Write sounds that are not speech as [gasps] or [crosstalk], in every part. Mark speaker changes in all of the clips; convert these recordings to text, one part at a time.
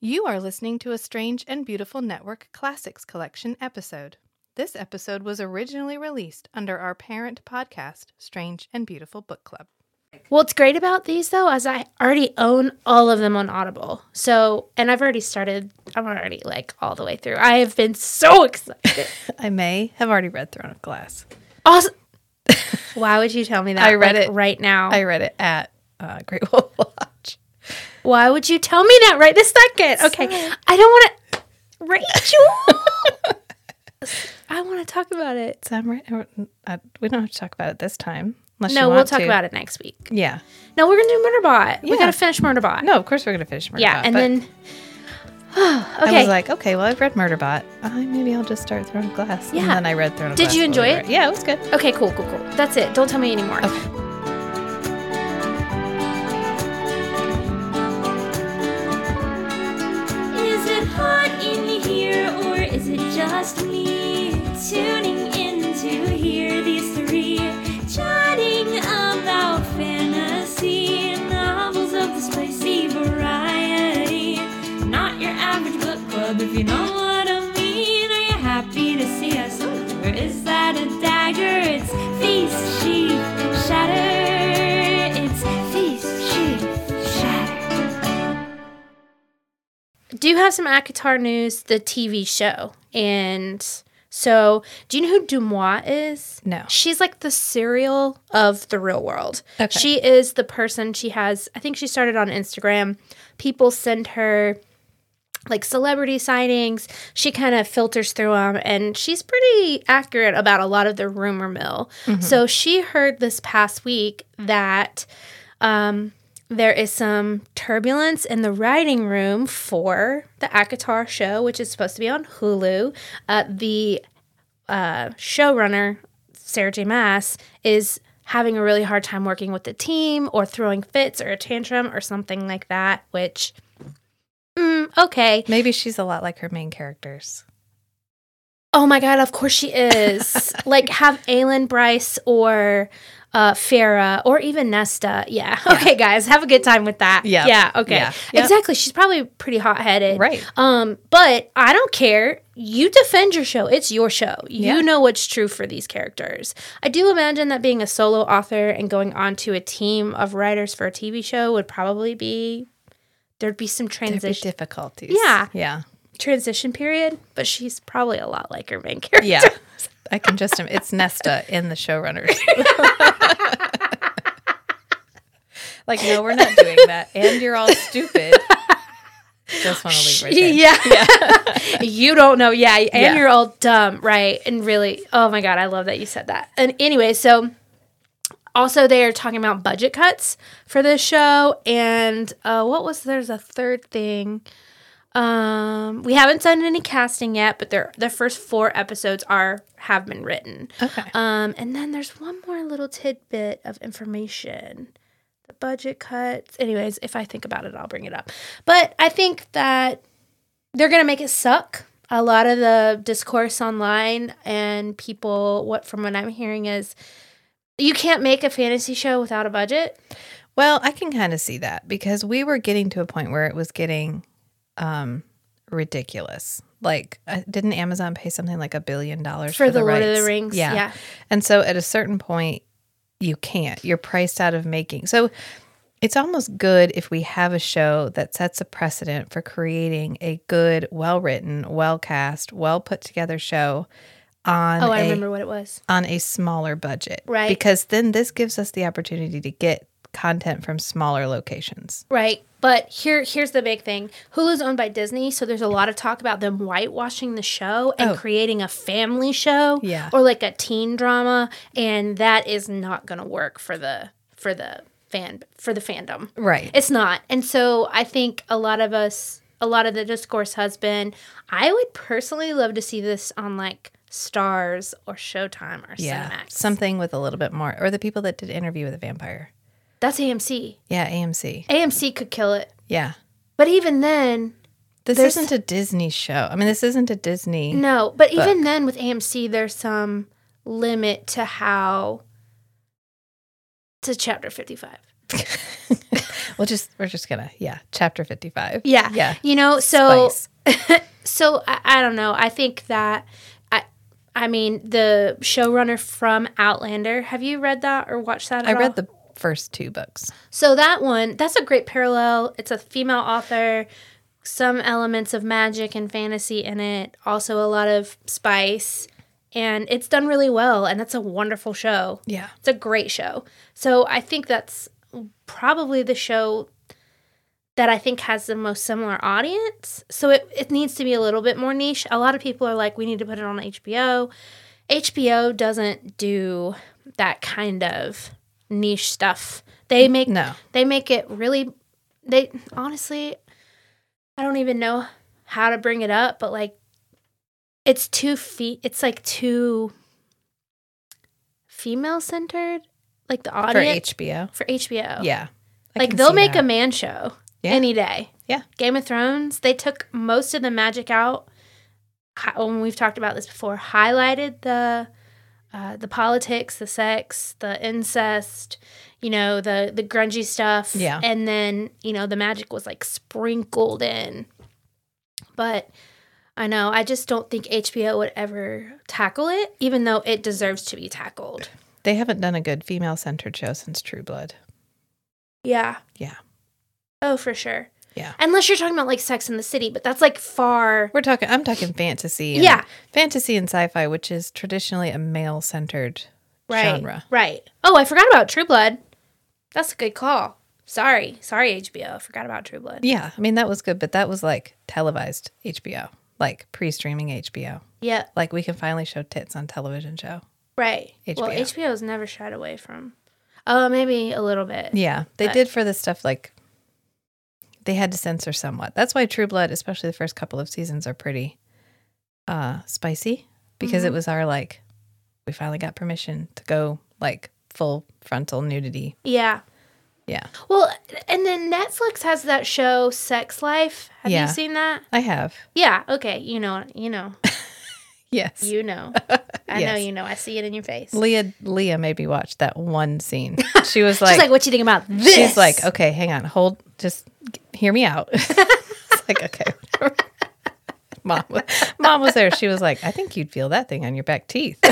Speaker 1: You are listening to a Strange and Beautiful Network Classics Collection episode. This episode was originally released under our parent podcast, Strange and Beautiful Book Club.
Speaker 2: What's great about these though is I already own all of them on Audible. So, and I've already started, I'm already like all the way through. I have been so excited. [laughs]
Speaker 1: I may have already read Throne of Glass.
Speaker 2: Also, why would you tell me that?
Speaker 1: I read
Speaker 2: like,
Speaker 1: it.
Speaker 2: right now.
Speaker 1: I read it at uh, Great Wolf [laughs] Lodge.
Speaker 2: why would you tell me that right this second? Okay. I don't want to, Rachel. I want to talk about it.
Speaker 1: So I'm right. I, we don't have to talk about it this time. Unless you
Speaker 2: No,
Speaker 1: want
Speaker 2: we'll talk
Speaker 1: to.
Speaker 2: about it next week.
Speaker 1: Yeah.
Speaker 2: No, we're gonna do Murderbot. We
Speaker 1: Yeah.
Speaker 2: gotta finish Murderbot.
Speaker 1: No, of course we're going to finish Murderbot.
Speaker 2: yeah, and
Speaker 1: but
Speaker 2: then. [sighs]
Speaker 1: I
Speaker 2: okay.
Speaker 1: was like, okay, well, I've read Murderbot. Uh, maybe I'll just start Throne of Glass.
Speaker 2: Yeah.
Speaker 1: And then I read Throne of
Speaker 2: Did
Speaker 1: Glass.
Speaker 2: you
Speaker 1: while we
Speaker 2: enjoy
Speaker 1: were-
Speaker 2: it?
Speaker 1: Yeah, it was good.
Speaker 2: Okay, cool, cool, cool. That's it. Don't tell me anymore.
Speaker 3: Is it hot in here or is it just me? Tuning in to hear these three chatting about fantasy novels of the spicy variety. Not your average book club, if you know what I mean. Are you happy to see us? Or is that a dagger? It's feast, sheath, shatter. It's feast, sheath, shatter.
Speaker 2: do have some ACOTAR news, the TV show. And so, do you know who Dumois is?
Speaker 1: No.
Speaker 2: She's like the serial of the real world.
Speaker 1: Okay.
Speaker 2: She is the person she has, I think she started on Instagram. People send her like celebrity sightings. She kind of filters through them and she's pretty accurate about a lot of the rumor mill. So she heard this past week that um, there is some turbulence in the writing room for the ACOTAR show, which is supposed to be on Hulu. Uh, the uh, showrunner, Sarah J. Mass, is having a really hard time working with the team or throwing fits or a tantrum or something like that, which, mm, okay.
Speaker 1: Maybe she's a lot like her main characters.
Speaker 2: Oh my god, of course
Speaker 1: [laughs]
Speaker 2: she is. like have Aylin Bryce or uh Farah or even Nesta. Yeah. [laughs] Okay, guys, have a good time with that.
Speaker 1: Yeah.
Speaker 2: Yeah, okay.
Speaker 1: Yeah. Yep.
Speaker 2: Exactly. She's probably pretty hot headed.
Speaker 1: Right.
Speaker 2: Um, but I don't care. You defend your show. It's your show. You
Speaker 1: Yeah.
Speaker 2: know what's true for these characters. I do imagine that being a solo author and going on to a team of writers for a TV show would probably be there'd be some
Speaker 1: There'd be
Speaker 2: transition
Speaker 1: difficulties.
Speaker 2: Yeah. [laughs]
Speaker 1: Yeah.
Speaker 2: transition period, but she's probably a lot like her main character.
Speaker 1: Yeah. I can just, it's Nesta in the
Speaker 2: [laughs]
Speaker 1: showrunners. [laughs] like, no, we're not doing that. And you're all
Speaker 2: [laughs]
Speaker 1: stupid. Just want to leave right there.
Speaker 2: Yeah. you don't know. Yeah. And
Speaker 1: Yeah.
Speaker 2: you're all dumb. Right. And really, oh my God, I love that you said that. And anyway, so also they are talking about budget cuts for this show. And uh, what was there's a third thing. Um, we haven't done any casting yet, but they're the first four episodes are have been written. [laughs]
Speaker 1: Okay.
Speaker 2: Um, and then there's one more little tidbit of information. The budget cuts. Anyways, if I think about it, I'll bring it up. But I think that they're going to make it suck. A lot of the discourse online and people, what from what I'm hearing is, you can't make a fantasy show without a budget.
Speaker 1: Well, I can kind of see that because we were getting to a point where it was getting um, ridiculous. Like, uh, didn't Amazon pay something like a billion dollars
Speaker 2: For
Speaker 1: for,
Speaker 2: the Lord of the
Speaker 1: rights?
Speaker 2: Rings, yeah.
Speaker 1: And so at a certain point, you can't. You're priced out of making. So it's almost good if we have a show that sets a precedent for creating a good, well written, well cast, well put together show on
Speaker 2: Oh, I
Speaker 1: a-
Speaker 2: remember what it was.
Speaker 1: on a smaller budget.
Speaker 2: Right.
Speaker 1: Because then this gives us the opportunity to get content from smaller locations.
Speaker 2: Right. But here here's the big thing. Hulu's owned by Disney, so there's a lot of talk about them whitewashing the show and
Speaker 1: Oh.
Speaker 2: creating a family show
Speaker 1: Yeah.
Speaker 2: or like a teen drama and that is not going to work for the for the fan for the fandom.
Speaker 1: Right.
Speaker 2: It's not. And so I think a lot of us, a lot of the discourse has been, I would personally love to see this on like Stars or Showtime or
Speaker 1: yeah.
Speaker 2: Cinemax.
Speaker 1: Something with a little bit more or the people that did interview with a vampire.
Speaker 2: That's AMC.
Speaker 1: Yeah, AMC.
Speaker 2: AMC could kill it.
Speaker 1: Yeah.
Speaker 2: But even then,
Speaker 1: This
Speaker 2: There's-
Speaker 1: isn't a Disney show. I mean, this isn't a Disney.
Speaker 2: no, but even then with AMC, there's some limit to how to chapter 55.
Speaker 1: [laughs] We'll just we're just gonna yeah. Chapter fifty five.
Speaker 2: Yeah.
Speaker 1: Yeah.
Speaker 2: You know, so
Speaker 1: Spice.
Speaker 2: so I, I don't know. I think that I I mean the showrunner from Outlander. Have you read that or watched that?
Speaker 1: I
Speaker 2: at all?
Speaker 1: read the first two books.
Speaker 2: So that one, that's a great parallel. It's a female author, some elements of magic and fantasy in it, also a lot of spice, and it's done really well. And that's a wonderful show.
Speaker 1: Yeah.
Speaker 2: It's a great show. So I think that's probably the show that I think has the most similar audience. So it, it needs to be a little bit more niche. A lot of people are like, we need to put it on HBO. HBO doesn't do that kind of niche stuff. They make
Speaker 1: No.
Speaker 2: they make it really they honestly I don't even know how to bring it up, but like it's too feet it's like too female centered like the
Speaker 1: For
Speaker 2: audience
Speaker 1: HBO.
Speaker 2: for HBO.
Speaker 1: Yeah. I
Speaker 2: Like
Speaker 1: can
Speaker 2: they'll
Speaker 1: see
Speaker 2: make a
Speaker 1: that.
Speaker 2: man show
Speaker 1: Yeah.
Speaker 2: any day.
Speaker 1: Yeah.
Speaker 2: Game of Thrones, they took most of the magic out. Hi- When we've talked about this before, highlighted the uh, the politics, the sex, the incest, you know, the the grungy stuff.
Speaker 1: Yeah.
Speaker 2: And then, you know, the magic was like sprinkled in. But I know, I just don't think HBO would ever tackle it, even though it deserves to be tackled.
Speaker 1: They haven't done a good female centered show since True Blood.
Speaker 2: Yeah.
Speaker 1: Yeah.
Speaker 2: Oh, for sure.
Speaker 1: Yeah.
Speaker 2: Unless you're talking about like Sex in the City, but that's like far.
Speaker 1: We're talking. I'm talking fantasy. and-
Speaker 2: Yeah.
Speaker 1: Fantasy and sci-fi, which is traditionally a male-centered genre.
Speaker 2: Right. Oh, I forgot about True Blood. That's a good call. Sorry. Sorry, HBO. I forgot about True Blood.
Speaker 1: Yeah. I mean, that was good, but that was like televised HBO, like pre-streaming HBO.
Speaker 2: Yeah.
Speaker 1: Like we can finally show tits on television show.
Speaker 2: Right. Well,
Speaker 1: HBO.
Speaker 2: HBO's never shied away from. Oh, maybe a little bit.
Speaker 1: Yeah, they
Speaker 2: But-
Speaker 1: did for the stuff like they had to censor somewhat. That's why True Blood, especially the first couple of seasons, are pretty uh spicy because it was our like we finally got permission to go like full frontal nudity.
Speaker 2: Yeah.
Speaker 1: Yeah,
Speaker 2: Well, and then Netflix has that show Sex Life. Have
Speaker 1: Yeah.
Speaker 2: you seen that?
Speaker 1: I have.
Speaker 2: Yeah. Okay. You know. You know.
Speaker 1: Yes, [laughs]
Speaker 2: You know. I know.
Speaker 1: Yes.
Speaker 2: You know. I see it in your face.
Speaker 1: Leah Leah maybe watched that one scene. She was like,
Speaker 2: She's like, what you think about this?
Speaker 1: she's like, okay, hang on, hold, just g- hear me out. [laughs] it's like okay. whatever. [laughs] Mom, wa- mom was there. She was like, "I think you'd feel that thing on your back teeth." [laughs]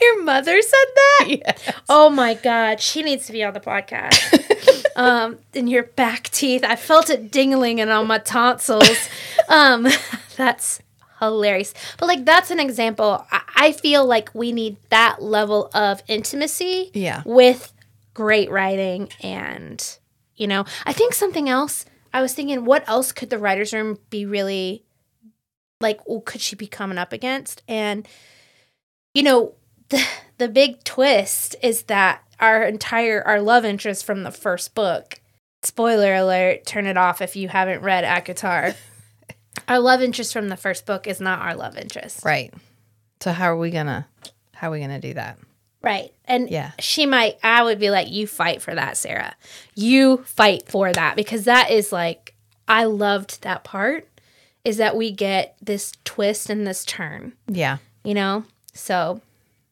Speaker 2: Your mother said that?
Speaker 1: Yeah.
Speaker 2: Oh my god, she needs to be on the podcast. um, in your back teeth. I felt it dingling and on my tonsils. Um, [laughs] that's hilarious. But like that's an example. I, I feel like we need that level of intimacy
Speaker 1: Yeah.
Speaker 2: with great writing and you know, I think something else I was thinking what else could the writers room be really like what could she be coming up against? And you know, the the big twist is that our entire our love interest from the first book. Spoiler alert, turn it off if you haven't read Akatar. our love interest from the first book is not our love interest.
Speaker 1: Right. So how are we gonna how are we gonna do that?
Speaker 2: Right. And
Speaker 1: Yeah.
Speaker 2: she might I would be like, You fight for that, Sarah. You fight for that because that is like I loved that part is that we get this twist and this turn,
Speaker 1: Yeah.
Speaker 2: you know? So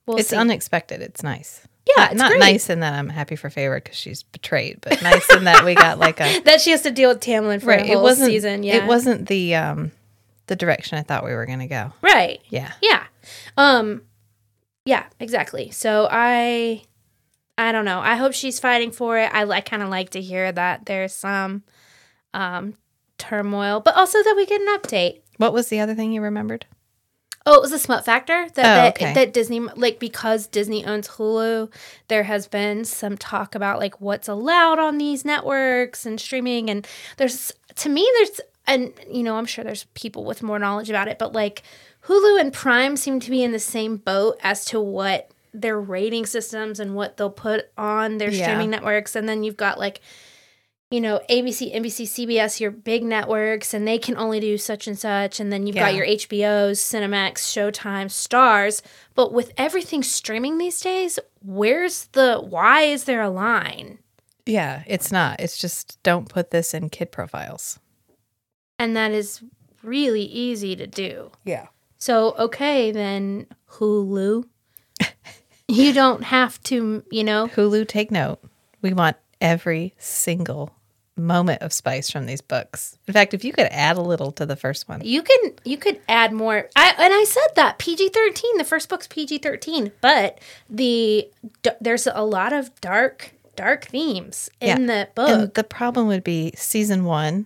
Speaker 2: we'll
Speaker 1: it's
Speaker 2: see.
Speaker 1: unexpected. It's nice.
Speaker 2: yeah,
Speaker 1: Not,
Speaker 2: it's
Speaker 1: not
Speaker 2: great.
Speaker 1: nice in that I'm happy for favor because she's betrayed, but nice in that we got like a
Speaker 2: that she has to deal with Tamlin for a whole
Speaker 1: It wasn't
Speaker 2: season. Yeah,
Speaker 1: It wasn't the um the direction I thought we were gonna go.
Speaker 2: right.
Speaker 1: Yeah.
Speaker 2: Yeah, um, yeah, exactly. So I, I don't know. I hope she's fighting for it. I, I kind of like to hear that there's some um, turmoil, but also that we get an update.
Speaker 1: What was the other thing you remembered?
Speaker 2: Oh, it was a smut factor that
Speaker 1: Oh,
Speaker 2: that,
Speaker 1: okay.
Speaker 2: that Disney like because Disney owns Hulu, there has been some talk about like what's allowed on these networks and streaming and there's to me there's and you know, I'm sure there's people with more knowledge about it, but like Hulu and Prime seem to be in the same boat as to what their rating systems and what they'll put on their
Speaker 1: Yeah.
Speaker 2: streaming networks and then you've got like you know, ABC, NBC, CBS, your big networks, and they can only do such and such. And then you've got
Speaker 1: Yeah.
Speaker 2: your HBOs, Cinemax, Showtime, Stars. But with everything streaming these days, where's the why is there a line?
Speaker 1: Yeah, it's not. It's just don't put this in kid profiles.
Speaker 2: And that is really easy to do.
Speaker 1: Yeah.
Speaker 2: So, okay, then Hulu, You don't have to, you know.
Speaker 1: Hulu, take note. We want every single moment of spice from these books. In fact, if you could add a little to the first one,
Speaker 2: You can you could add more. I and I said that PG-13, the first book's PG-13, but the d- there's a lot of dark dark themes in
Speaker 1: Yeah.
Speaker 2: the book.
Speaker 1: And the problem would be season one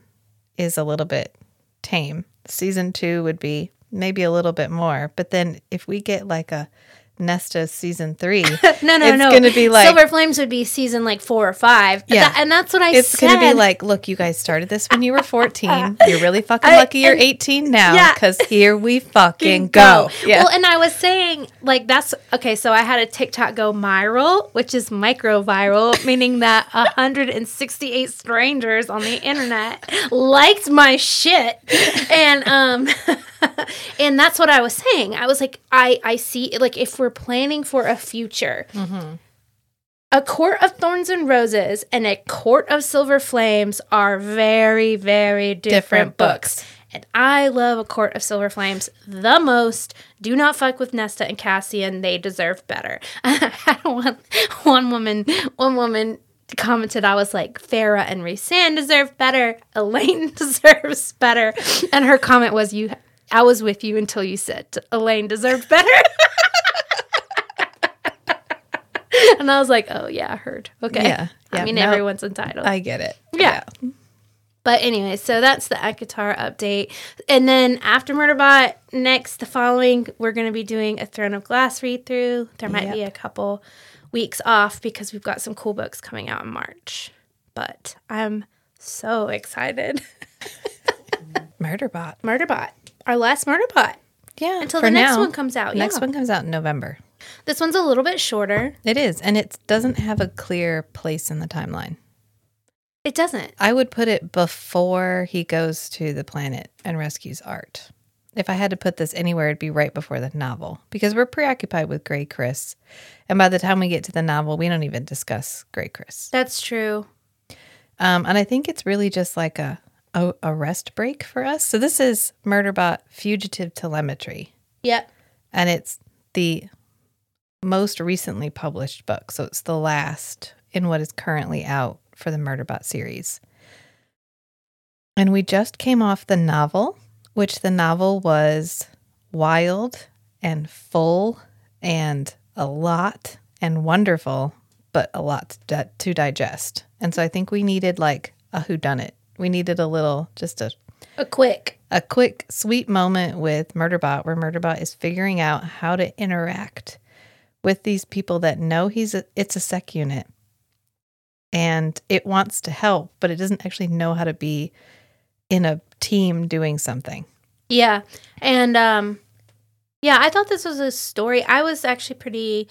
Speaker 1: is a little bit tame. Season two would be maybe a little bit more. But then if we get like a Nesta season three,
Speaker 2: [laughs] no, no,
Speaker 1: it's
Speaker 2: no.
Speaker 1: gonna be like-
Speaker 2: Silver Flames would be season like four or five.
Speaker 1: Yeah.
Speaker 2: That- and that's what I
Speaker 1: it's
Speaker 2: said.
Speaker 1: going to be like, look, you guys started this when you were [laughs] 14. You're really fucking
Speaker 2: I-
Speaker 1: lucky you're
Speaker 2: and-
Speaker 1: 18 now
Speaker 2: yeah.
Speaker 1: because here [laughs] we fucking go. Yeah.
Speaker 2: Well, and I was saying like that's okay. So I had a TikTok go viral, which is micro viral, [laughs] meaning that 168 strangers on the internet liked my shit, and um, [laughs] and that's what I was saying. I was like, I I see like if we're planning for a future. A court of thorns and roses and a court of silver flames are very, very different,
Speaker 1: Different
Speaker 2: books.
Speaker 1: books.
Speaker 2: And I love A Court of Silver Flames the most. Do not fuck with Nesta and Cassian. They deserve better. [laughs] I had one, one woman, one woman commented, I was like, Farah and Rhysand deserve better. Elaine [laughs] deserves better. And her comment was, you, I was with you until you said Elaine deserved better. [laughs] and I was like, oh yeah, I heard. Okay.
Speaker 1: Yeah,
Speaker 2: [laughs] I
Speaker 1: yeah,
Speaker 2: mean,
Speaker 1: no.
Speaker 2: everyone's entitled.
Speaker 1: I get it.
Speaker 2: Yeah. But anyway, so that's the Akatar update. And then after Murderbot, next, the following, we're going to be doing a Throne of Glass read through. There might be a
Speaker 1: Yep.
Speaker 2: couple weeks off because we've got some cool books coming out in March. But I'm so excited.
Speaker 1: Murderbot.
Speaker 2: [laughs] Murderbot, our last Murderbot.
Speaker 1: Yeah.
Speaker 2: Until
Speaker 1: for
Speaker 2: the next
Speaker 1: now.
Speaker 2: one comes out.
Speaker 1: Next
Speaker 2: yeah.
Speaker 1: one comes out in November.
Speaker 2: This one's a little bit shorter.
Speaker 1: It is. And it doesn't have a clear place in the timeline.
Speaker 2: It doesn't.
Speaker 1: I would put it before he goes to the planet and rescues Art. If I had to put this anywhere, it'd be right before the novel because we're preoccupied with Gray Chris. And by the time we get to the novel, we don't even discuss Gray Chris.
Speaker 2: That's true.
Speaker 1: Um, and I think it's really just like a, a, a rest break for us. So this is Murderbot Fugitive Telemetry,
Speaker 2: Yep.
Speaker 1: and it's the most recently published book. So it's the last in what is currently out for the Murderbot series. And we just came off the novel, which the novel was wild and full and a lot and wonderful, but a lot to, di- to digest. And so I think we needed like a whodunit. We needed a little, just a
Speaker 2: A quick.
Speaker 1: a quick, sweet moment with Murderbot where Murderbot is figuring out how to interact with these people that know he's a, it's a sec unit and it wants to help, but it doesn't actually know how to be in a team doing something.
Speaker 2: Yeah. And um yeah, I thought this was a story. I was actually pretty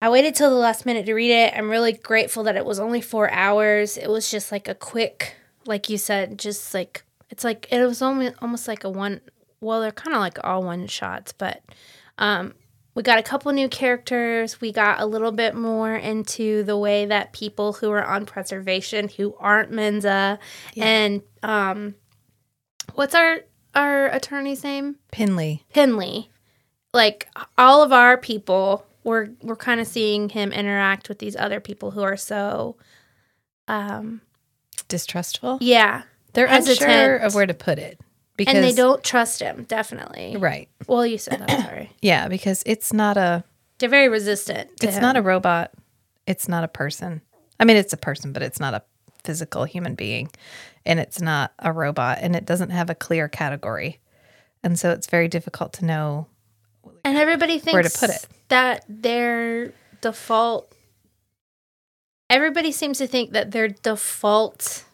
Speaker 2: I waited till the last minute to read it. I'm really grateful that it was only 4 hours. It was just like a quick like you said, just like it's like it was only almost like a one well, they're kind of like all one shots, but um we got a couple new characters. We got a little bit more into the way that people who are on preservation, who aren't Menza, and um, what's our our attorney's name?
Speaker 1: Pinley,
Speaker 2: Pinley. Like all of our people, we're we're kind of seeing him interact with these other people who are so, um,
Speaker 1: distrustful.
Speaker 2: yeah,
Speaker 1: They're
Speaker 2: hesitant.
Speaker 1: unsure of where to put it because
Speaker 2: and they don't trust him. Definitely.
Speaker 1: right.
Speaker 2: Well, you said that. Sorry.
Speaker 1: Yeah, because it's not a
Speaker 2: They're very resistant. To
Speaker 1: it's
Speaker 2: him.
Speaker 1: not a robot. It's not a person. I mean, it's a person, but it's not a physical human being. And it's not a robot. And it doesn't have a clear category. And so it's very difficult to know.
Speaker 2: and everybody thinks
Speaker 1: where to put it.
Speaker 2: that their default. Everybody seems to think that their default.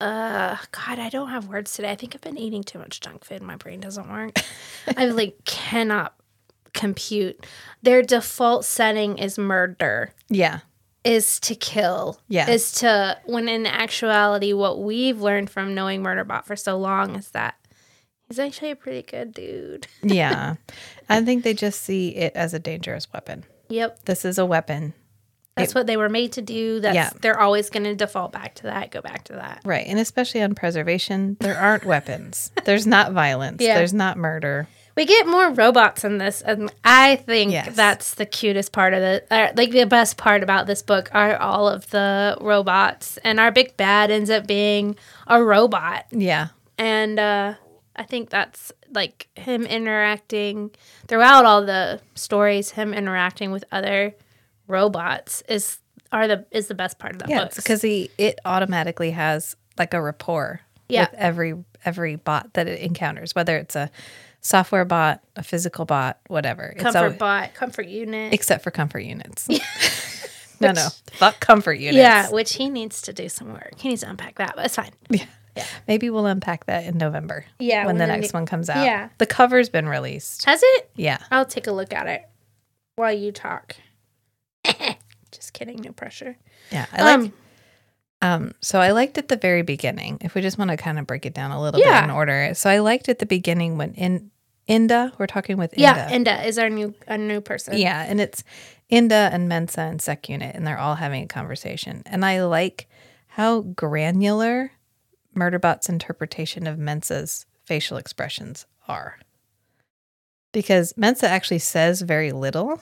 Speaker 2: Uh, God, I don't have words today. I think I've been eating too much junk food. My brain
Speaker 1: [laughs]
Speaker 2: doesn't work. I like cannot compute. Their default setting is murder
Speaker 1: Yeah.
Speaker 2: is to kill.
Speaker 1: Yeah.
Speaker 2: Is to when in actuality what we've learned from knowing Murderbot for so long is that he's actually a pretty good dude.
Speaker 1: [laughs] Yeah. I think they just see it as a dangerous weapon.
Speaker 2: Yep.
Speaker 1: This is a weapon.
Speaker 2: That's what they were made to do. That's
Speaker 1: Yeah.
Speaker 2: they're always gonna default back to that, go back to that.
Speaker 1: Right. And especially on preservation, there aren't weapons. There's not violence.
Speaker 2: Yeah.
Speaker 1: There's not murder.
Speaker 2: We get more robots in this, and I think
Speaker 1: Yes.
Speaker 2: that's the cutest part of it. Uh, like the best part about this book are all of the robots, and our big bad ends up being a robot,
Speaker 1: Yeah.
Speaker 2: and uh, I think that's like him interacting throughout all the stories. Him interacting with other robots is are the is the best part of that
Speaker 1: Yeah.
Speaker 2: book.
Speaker 1: Because he it automatically has like a rapport
Speaker 2: Yeah.
Speaker 1: with every every bot that it encounters, whether it's a software bot, a physical bot, whatever. It's
Speaker 2: comfort
Speaker 1: always-
Speaker 2: bot, comfort unit.
Speaker 1: except for comfort units. [laughs]
Speaker 2: [laughs]
Speaker 1: no, no. Fuck comfort units.
Speaker 2: Yeah, which he needs to do some work. He needs to unpack that, but it's fine.
Speaker 1: Maybe we'll unpack that in November.
Speaker 2: Yeah,
Speaker 1: When,
Speaker 2: when
Speaker 1: the,
Speaker 2: the
Speaker 1: next
Speaker 2: ne-
Speaker 1: one comes out.
Speaker 2: Yeah.
Speaker 1: The cover's been released.
Speaker 2: Has it?
Speaker 1: Yeah.
Speaker 2: I'll take a look at it while you talk. [laughs] Just kidding, no pressure.
Speaker 1: Yeah. I like
Speaker 2: Um,
Speaker 1: Um, so I liked at the very beginning, if we just want to kind of break it down a little
Speaker 2: Yeah.
Speaker 1: bit in order. So I liked at the beginning when in Inda, we're talking with Inda.
Speaker 2: yeah, Inda is our new our new person.
Speaker 1: yeah, and it's Inda and Mensa and Sec Unit, and they're all having a conversation. And I like how granular Murderbot's interpretation of Mensa's facial expressions are. Because Mensa actually says very little,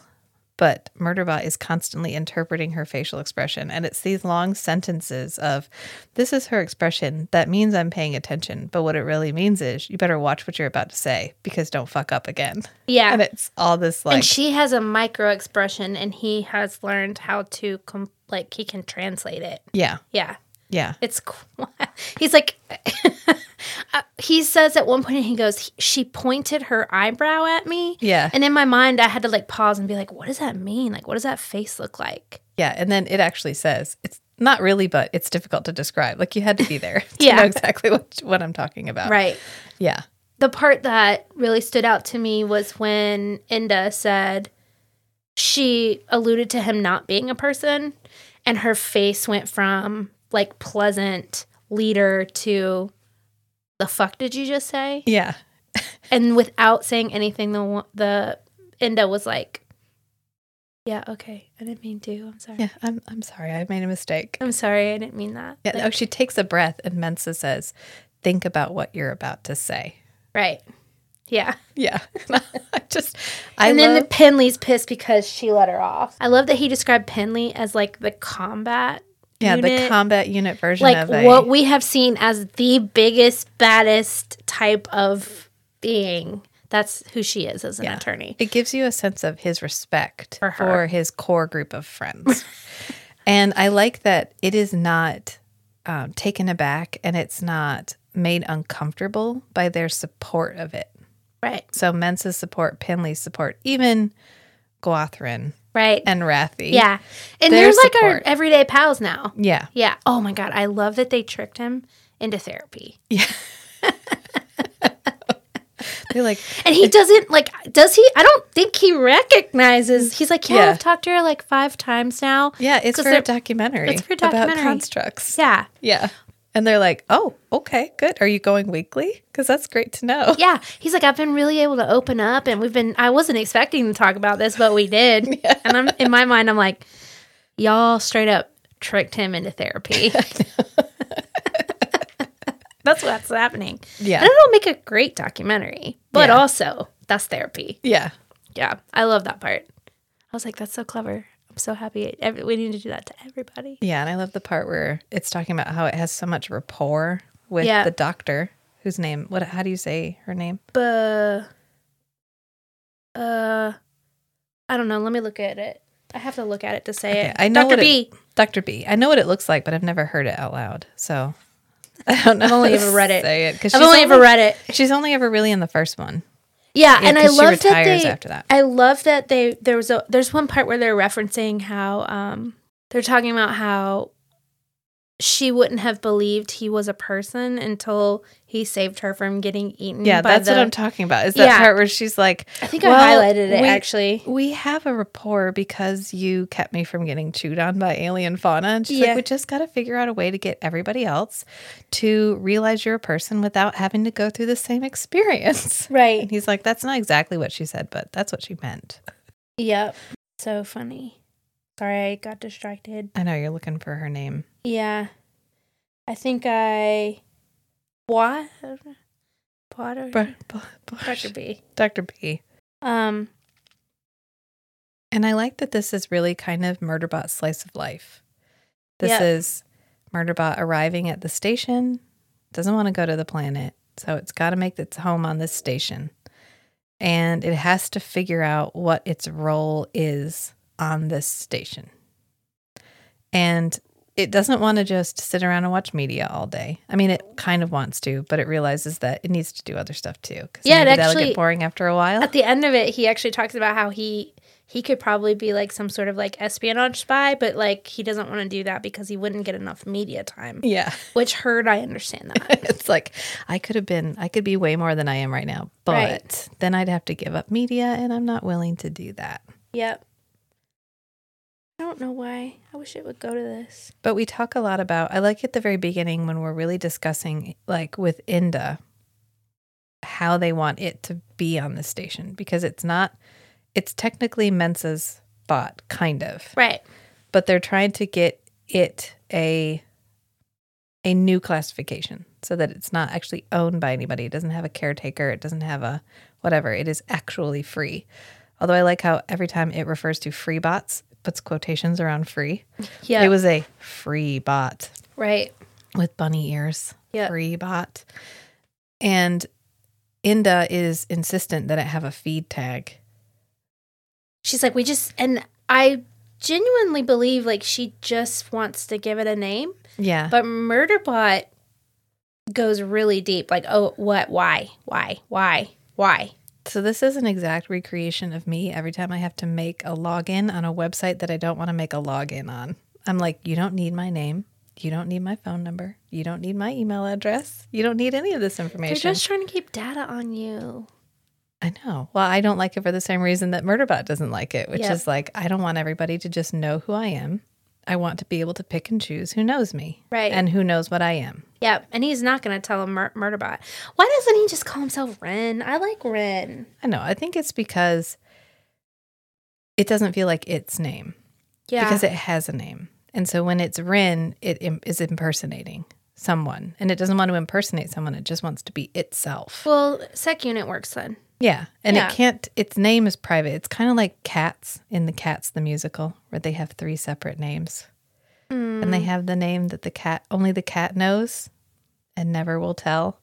Speaker 1: but Murderbot is constantly interpreting her facial expression. And it's these long sentences of, this is her expression. That means I'm paying attention. But what it really means is, you better watch what you're about to say because don't fuck up again.
Speaker 2: Yeah.
Speaker 1: And
Speaker 2: And,
Speaker 1: it's all this like.
Speaker 2: she has a micro expression and he has learned how to com- like he can translate it.
Speaker 1: Yeah,
Speaker 2: Yeah.
Speaker 1: yeah,
Speaker 2: It's [laughs] qu- he's like [laughs] uh, he says at one point he goes she pointed her eyebrow at me.
Speaker 1: yeah,
Speaker 2: And in my mind I had to like pause and be like what does that mean? Like what does that face look like?
Speaker 1: yeah. And then it actually says it's not really, but it's difficult to describe. Like you had to be there [laughs] to
Speaker 2: Yeah.
Speaker 1: know exactly what what I'm talking about.
Speaker 2: Right.
Speaker 1: Yeah.
Speaker 2: the part that really stood out to me was when Inda said she alluded to him not being a person, and her face went from like pleasant leader to the fuck did you just say?
Speaker 1: Yeah.
Speaker 2: And without saying anything, the wo- the Inda was like, "Yeah, okay, I didn't mean to. I'm sorry.
Speaker 1: Yeah. I'm I'm sorry. I made a mistake.
Speaker 2: I'm sorry. I didn't mean that.
Speaker 1: Yeah.
Speaker 2: Like,
Speaker 1: oh, she takes a breath and Mensa says, "Think about what you're about to say." [laughs]
Speaker 2: Right? Yeah."
Speaker 1: Yeah. [laughs] I just I
Speaker 2: and
Speaker 1: love.
Speaker 2: then the Penley's pissed because she let her off. I love that he described Penley as like the combat.
Speaker 1: yeah, the
Speaker 2: unit-
Speaker 1: combat unit version
Speaker 2: Like
Speaker 1: of a,
Speaker 2: what we have seen as the biggest, baddest type of being. That's who she is as an
Speaker 1: Yeah.
Speaker 2: attorney.
Speaker 1: It gives you a sense of his respect
Speaker 2: For
Speaker 1: for,
Speaker 2: her.
Speaker 1: his core group of friends. [laughs] and I like that it is not um, taken aback and it's not made uncomfortable by their support of it.
Speaker 2: Right.
Speaker 1: So Mensa's support, Pinley's support, even Guathrin
Speaker 2: Right.
Speaker 1: and Rathi.
Speaker 2: yeah. And
Speaker 1: Their
Speaker 2: they're like our
Speaker 1: support.
Speaker 2: everyday pals now.
Speaker 1: Yeah.
Speaker 2: Yeah. Oh my God. I love that they tricked him into therapy.
Speaker 1: Yeah. They're like,
Speaker 2: And he doesn't like, does he? I don't think he recognizes. He's like, yeah,
Speaker 1: Yeah.
Speaker 2: I've talked to her like five times now.
Speaker 1: yeah, it's
Speaker 2: [laughs] 'Cause
Speaker 1: for
Speaker 2: they're-
Speaker 1: a documentary.
Speaker 2: it's for a
Speaker 1: About
Speaker 2: documentary.
Speaker 1: constructs.
Speaker 2: Yeah.
Speaker 1: yeah. And they're like, oh, okay, good. Are you going weekly? Because that's great to know.
Speaker 2: Yeah, he's like, I've been really able to open up, and we've been. I wasn't expecting to talk about this, but
Speaker 1: [laughs]
Speaker 2: we did. And I'm in my mind, I'm like, y'all straight up tricked him
Speaker 1: [laughs]
Speaker 2: into therapy. that's what's happening.
Speaker 1: [laughs] Yeah.
Speaker 2: and it'll make a great documentary, but
Speaker 1: Yeah.
Speaker 2: also that's therapy.
Speaker 1: Yeah.
Speaker 2: Yeah, I love that part. I was like, that's so clever. I'm so happy. Every, we need to do that to everybody.
Speaker 1: Yeah, and I love the part where it's talking about how it has so much rapport with
Speaker 2: Yeah.
Speaker 1: the doctor whose name what how do you say her name?
Speaker 2: But uh, I don't know. Let me look at it. I have to look at it to say
Speaker 1: Okay,
Speaker 2: it.
Speaker 1: I know
Speaker 2: Dr.
Speaker 1: what it-
Speaker 2: B.
Speaker 1: Dr. B. I know what it looks like, but I've never heard it out loud. So [laughs] I don't know. I've
Speaker 2: only ever read it.
Speaker 1: Say it 'cause
Speaker 2: I've
Speaker 1: she's
Speaker 2: only ever read it.
Speaker 1: She's only ever really in the first one.
Speaker 2: Yeah,
Speaker 1: Yeah,
Speaker 2: and I
Speaker 1: 'cause she
Speaker 2: love that
Speaker 1: retires
Speaker 2: they.
Speaker 1: after that.
Speaker 2: I love that they. There was a. There's one part where they're referencing how um they're talking about how she wouldn't have believed he was a person until he saved her from getting eaten.
Speaker 1: Yeah,
Speaker 2: Mm, by
Speaker 1: that's
Speaker 2: the,
Speaker 1: what I'm talking about. Is that
Speaker 2: Yeah.
Speaker 1: part where she's like,
Speaker 2: I think
Speaker 1: Well,
Speaker 2: I highlighted it
Speaker 1: we-
Speaker 2: actually.
Speaker 1: "We have a rapport because you kept me from getting chewed on by alien fauna." And she's
Speaker 2: Yeah.
Speaker 1: like, "We just got to figure out a way to get everybody else to realize you're a person without having to go through the same [laughs] experience." And
Speaker 2: Right.
Speaker 1: he's like, that's not exactly what she said, but that's what she meant.
Speaker 2: Yep. So funny. Sorry, I got distracted.
Speaker 1: I know you're looking for her name.
Speaker 2: Yeah. I think I. What? Potter.
Speaker 1: Br- br- br-
Speaker 2: Dr. B.
Speaker 1: Dr. B.
Speaker 2: Um,
Speaker 1: And I like that this is really kind of Murderbot's slice of life. This
Speaker 2: Yep.
Speaker 1: is Murderbot arriving at the station, doesn't want to go to the planet, so it's got to make its home on this station. And it has to figure out what its role is on this station. And it doesn't want to just sit around and watch media all day. I mean, it kind of wants to, but it realizes that it needs to do other stuff too. 'cause
Speaker 2: Yeah, it
Speaker 1: maybe that'll
Speaker 2: actually-
Speaker 1: get boring after a while.
Speaker 2: at the end of it, he actually talks about how he he could probably be like some sort of like espionage spy, but like he doesn't want to do that because he wouldn't get enough media [laughs] time.
Speaker 1: [laughs] yeah.
Speaker 2: Which hurt, I understand that.
Speaker 1: [laughs] it's like I could have been, I could be way more than I am right now, but
Speaker 2: Right.
Speaker 1: then I'd have to give up media, and I'm not willing to do that.
Speaker 2: [laughs] yep. I don't know why. I wish it would go to this.
Speaker 1: But we talk a lot about, I like at the very beginning when we're really discussing, like with Inda, how they want it to be on the station because it's not, it's technically Mensa's bot, kind of,
Speaker 2: Right.
Speaker 1: but they're trying to get it a a new classification so that it's not actually owned by anybody. It doesn't have a caretaker, it doesn't have a whatever. It is actually free. Although I like how every time it refers to free bots, it puts quotations around free.
Speaker 2: Yeah.
Speaker 1: It was a free bot
Speaker 2: right.
Speaker 1: with bunny ears.
Speaker 2: Yep.
Speaker 1: Free bot. And Inda is insistent that it have a feed tag.
Speaker 2: She's like, we just and I genuinely believe like she just wants to give it a name.
Speaker 1: Yeah.
Speaker 2: But Murderbot goes really deep. Like, oh, what? Why? Why? Why? Why?
Speaker 1: So this is an exact recreation of me every time I have to make a login on a website that I don't want to make a login on. I'm like, you don't need my name. You don't need my phone number. You don't need my email address. You don't need any of this
Speaker 2: They're
Speaker 1: information.
Speaker 2: just trying to keep data on you.
Speaker 1: I know. Well, I don't like it for the same reason that Murderbot doesn't like it, which
Speaker 2: Yep.
Speaker 1: is like, I don't want everybody to just know who I am. I want to be able to pick and choose who knows me
Speaker 2: Right.
Speaker 1: and who knows what I am.
Speaker 2: yeah. And he's not going to tell him mur- Murderbot. Why doesn't he just call himself Ren? I like Ren.
Speaker 1: I know. I think it's because it doesn't feel like its name.
Speaker 2: Yeah.
Speaker 1: because it has a name. And so when it's Rin, it im- is impersonating someone, and it doesn't want to impersonate someone. It just wants to be itself.
Speaker 2: well, sec unit works then.
Speaker 1: yeah, and
Speaker 2: yeah.
Speaker 1: it can't. Its name is private. It's kind of like Cats in the Cats the musical, where they have three separate names, and
Speaker 2: Hmm.
Speaker 1: they have the name that the cat only the cat knows, and never will tell,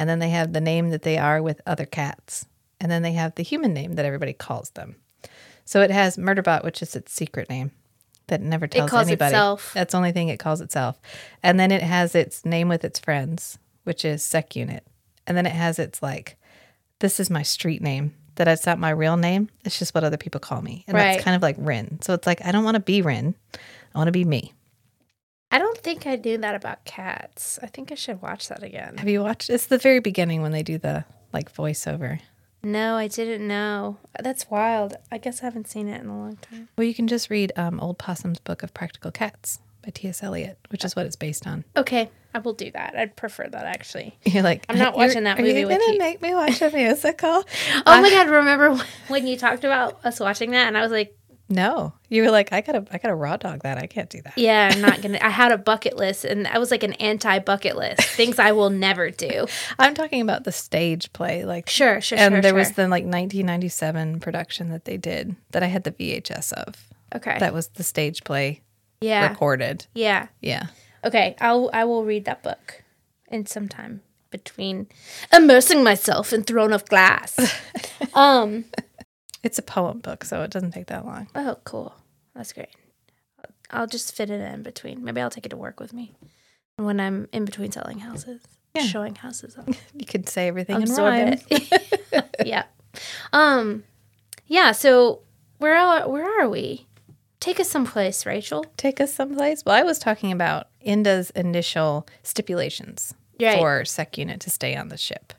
Speaker 1: and then they have the name that they are with other cats, and then they have the human name that everybody calls them. So it has Murderbot, which is its secret name that it never tells
Speaker 2: calls
Speaker 1: anybody.
Speaker 2: itself.
Speaker 1: That's the only thing it calls itself. And then it has its name with its friends, which is Sec Unit. And then it has its like, this is my street name. That it's not my real name. It's just what other people call me. And
Speaker 2: Right.
Speaker 1: that's kind of like Rin. So it's like, I don't want to be Rin. I want to be me.
Speaker 2: I don't think I knew that about cats. I think I should watch that again.
Speaker 1: Have you watched? It's the very beginning when they do the like voiceover.
Speaker 2: No, I didn't know. That's wild. I guess I haven't seen it in a long time.
Speaker 1: Well, you can just read um, Old Possum's Book of Practical Cats by T.S. Eliot, which is what it's based on.
Speaker 2: Okay. I will do that. I'd prefer that actually.
Speaker 1: [laughs] You're like,
Speaker 2: I'm not
Speaker 1: "You're-
Speaker 2: watching that
Speaker 1: are
Speaker 2: movie
Speaker 1: you
Speaker 2: with
Speaker 1: gonna
Speaker 2: you."
Speaker 1: make me watch a musical? [laughs]
Speaker 2: Oh my god, remember [laughs] when you talked about us watching that and I was like,
Speaker 1: No, you were like, I gotta, I gotta raw dog that. I can't do that.
Speaker 2: yeah, I'm not going to I had a bucket list and I was like an anti-bucket list. Things I will never do.
Speaker 1: I'm talking about the stage play, like,
Speaker 2: [laughs] Sure, sure,
Speaker 1: and
Speaker 2: sure.
Speaker 1: there
Speaker 2: sure.
Speaker 1: was the like 1997 production that they did that I had the VHS of.
Speaker 2: Okay.
Speaker 1: That was the stage play
Speaker 2: yeah.
Speaker 1: recorded.
Speaker 2: Yeah.
Speaker 1: Yeah,
Speaker 2: Okay, I'll I will read that book in some time between immersing myself in Throne of
Speaker 1: [laughs]
Speaker 2: Glass. um
Speaker 1: it's a poem book, so it doesn't take that long.
Speaker 2: oh cool. That's great. I'll just fit it in between. Maybe I'll take it to work with me when I'm in between selling houses.
Speaker 1: Yeah.
Speaker 2: Showing houses off.
Speaker 1: You could say everything in
Speaker 2: absorb
Speaker 1: rhyme.
Speaker 2: it. [laughs] yeah. Um yeah, so where are, where are we? Take us someplace, Rachel.
Speaker 1: [laughs] Take us someplace. Well, I was talking about Inda's initial stipulations
Speaker 2: Right.
Speaker 1: for Sec Unit to stay on the ship,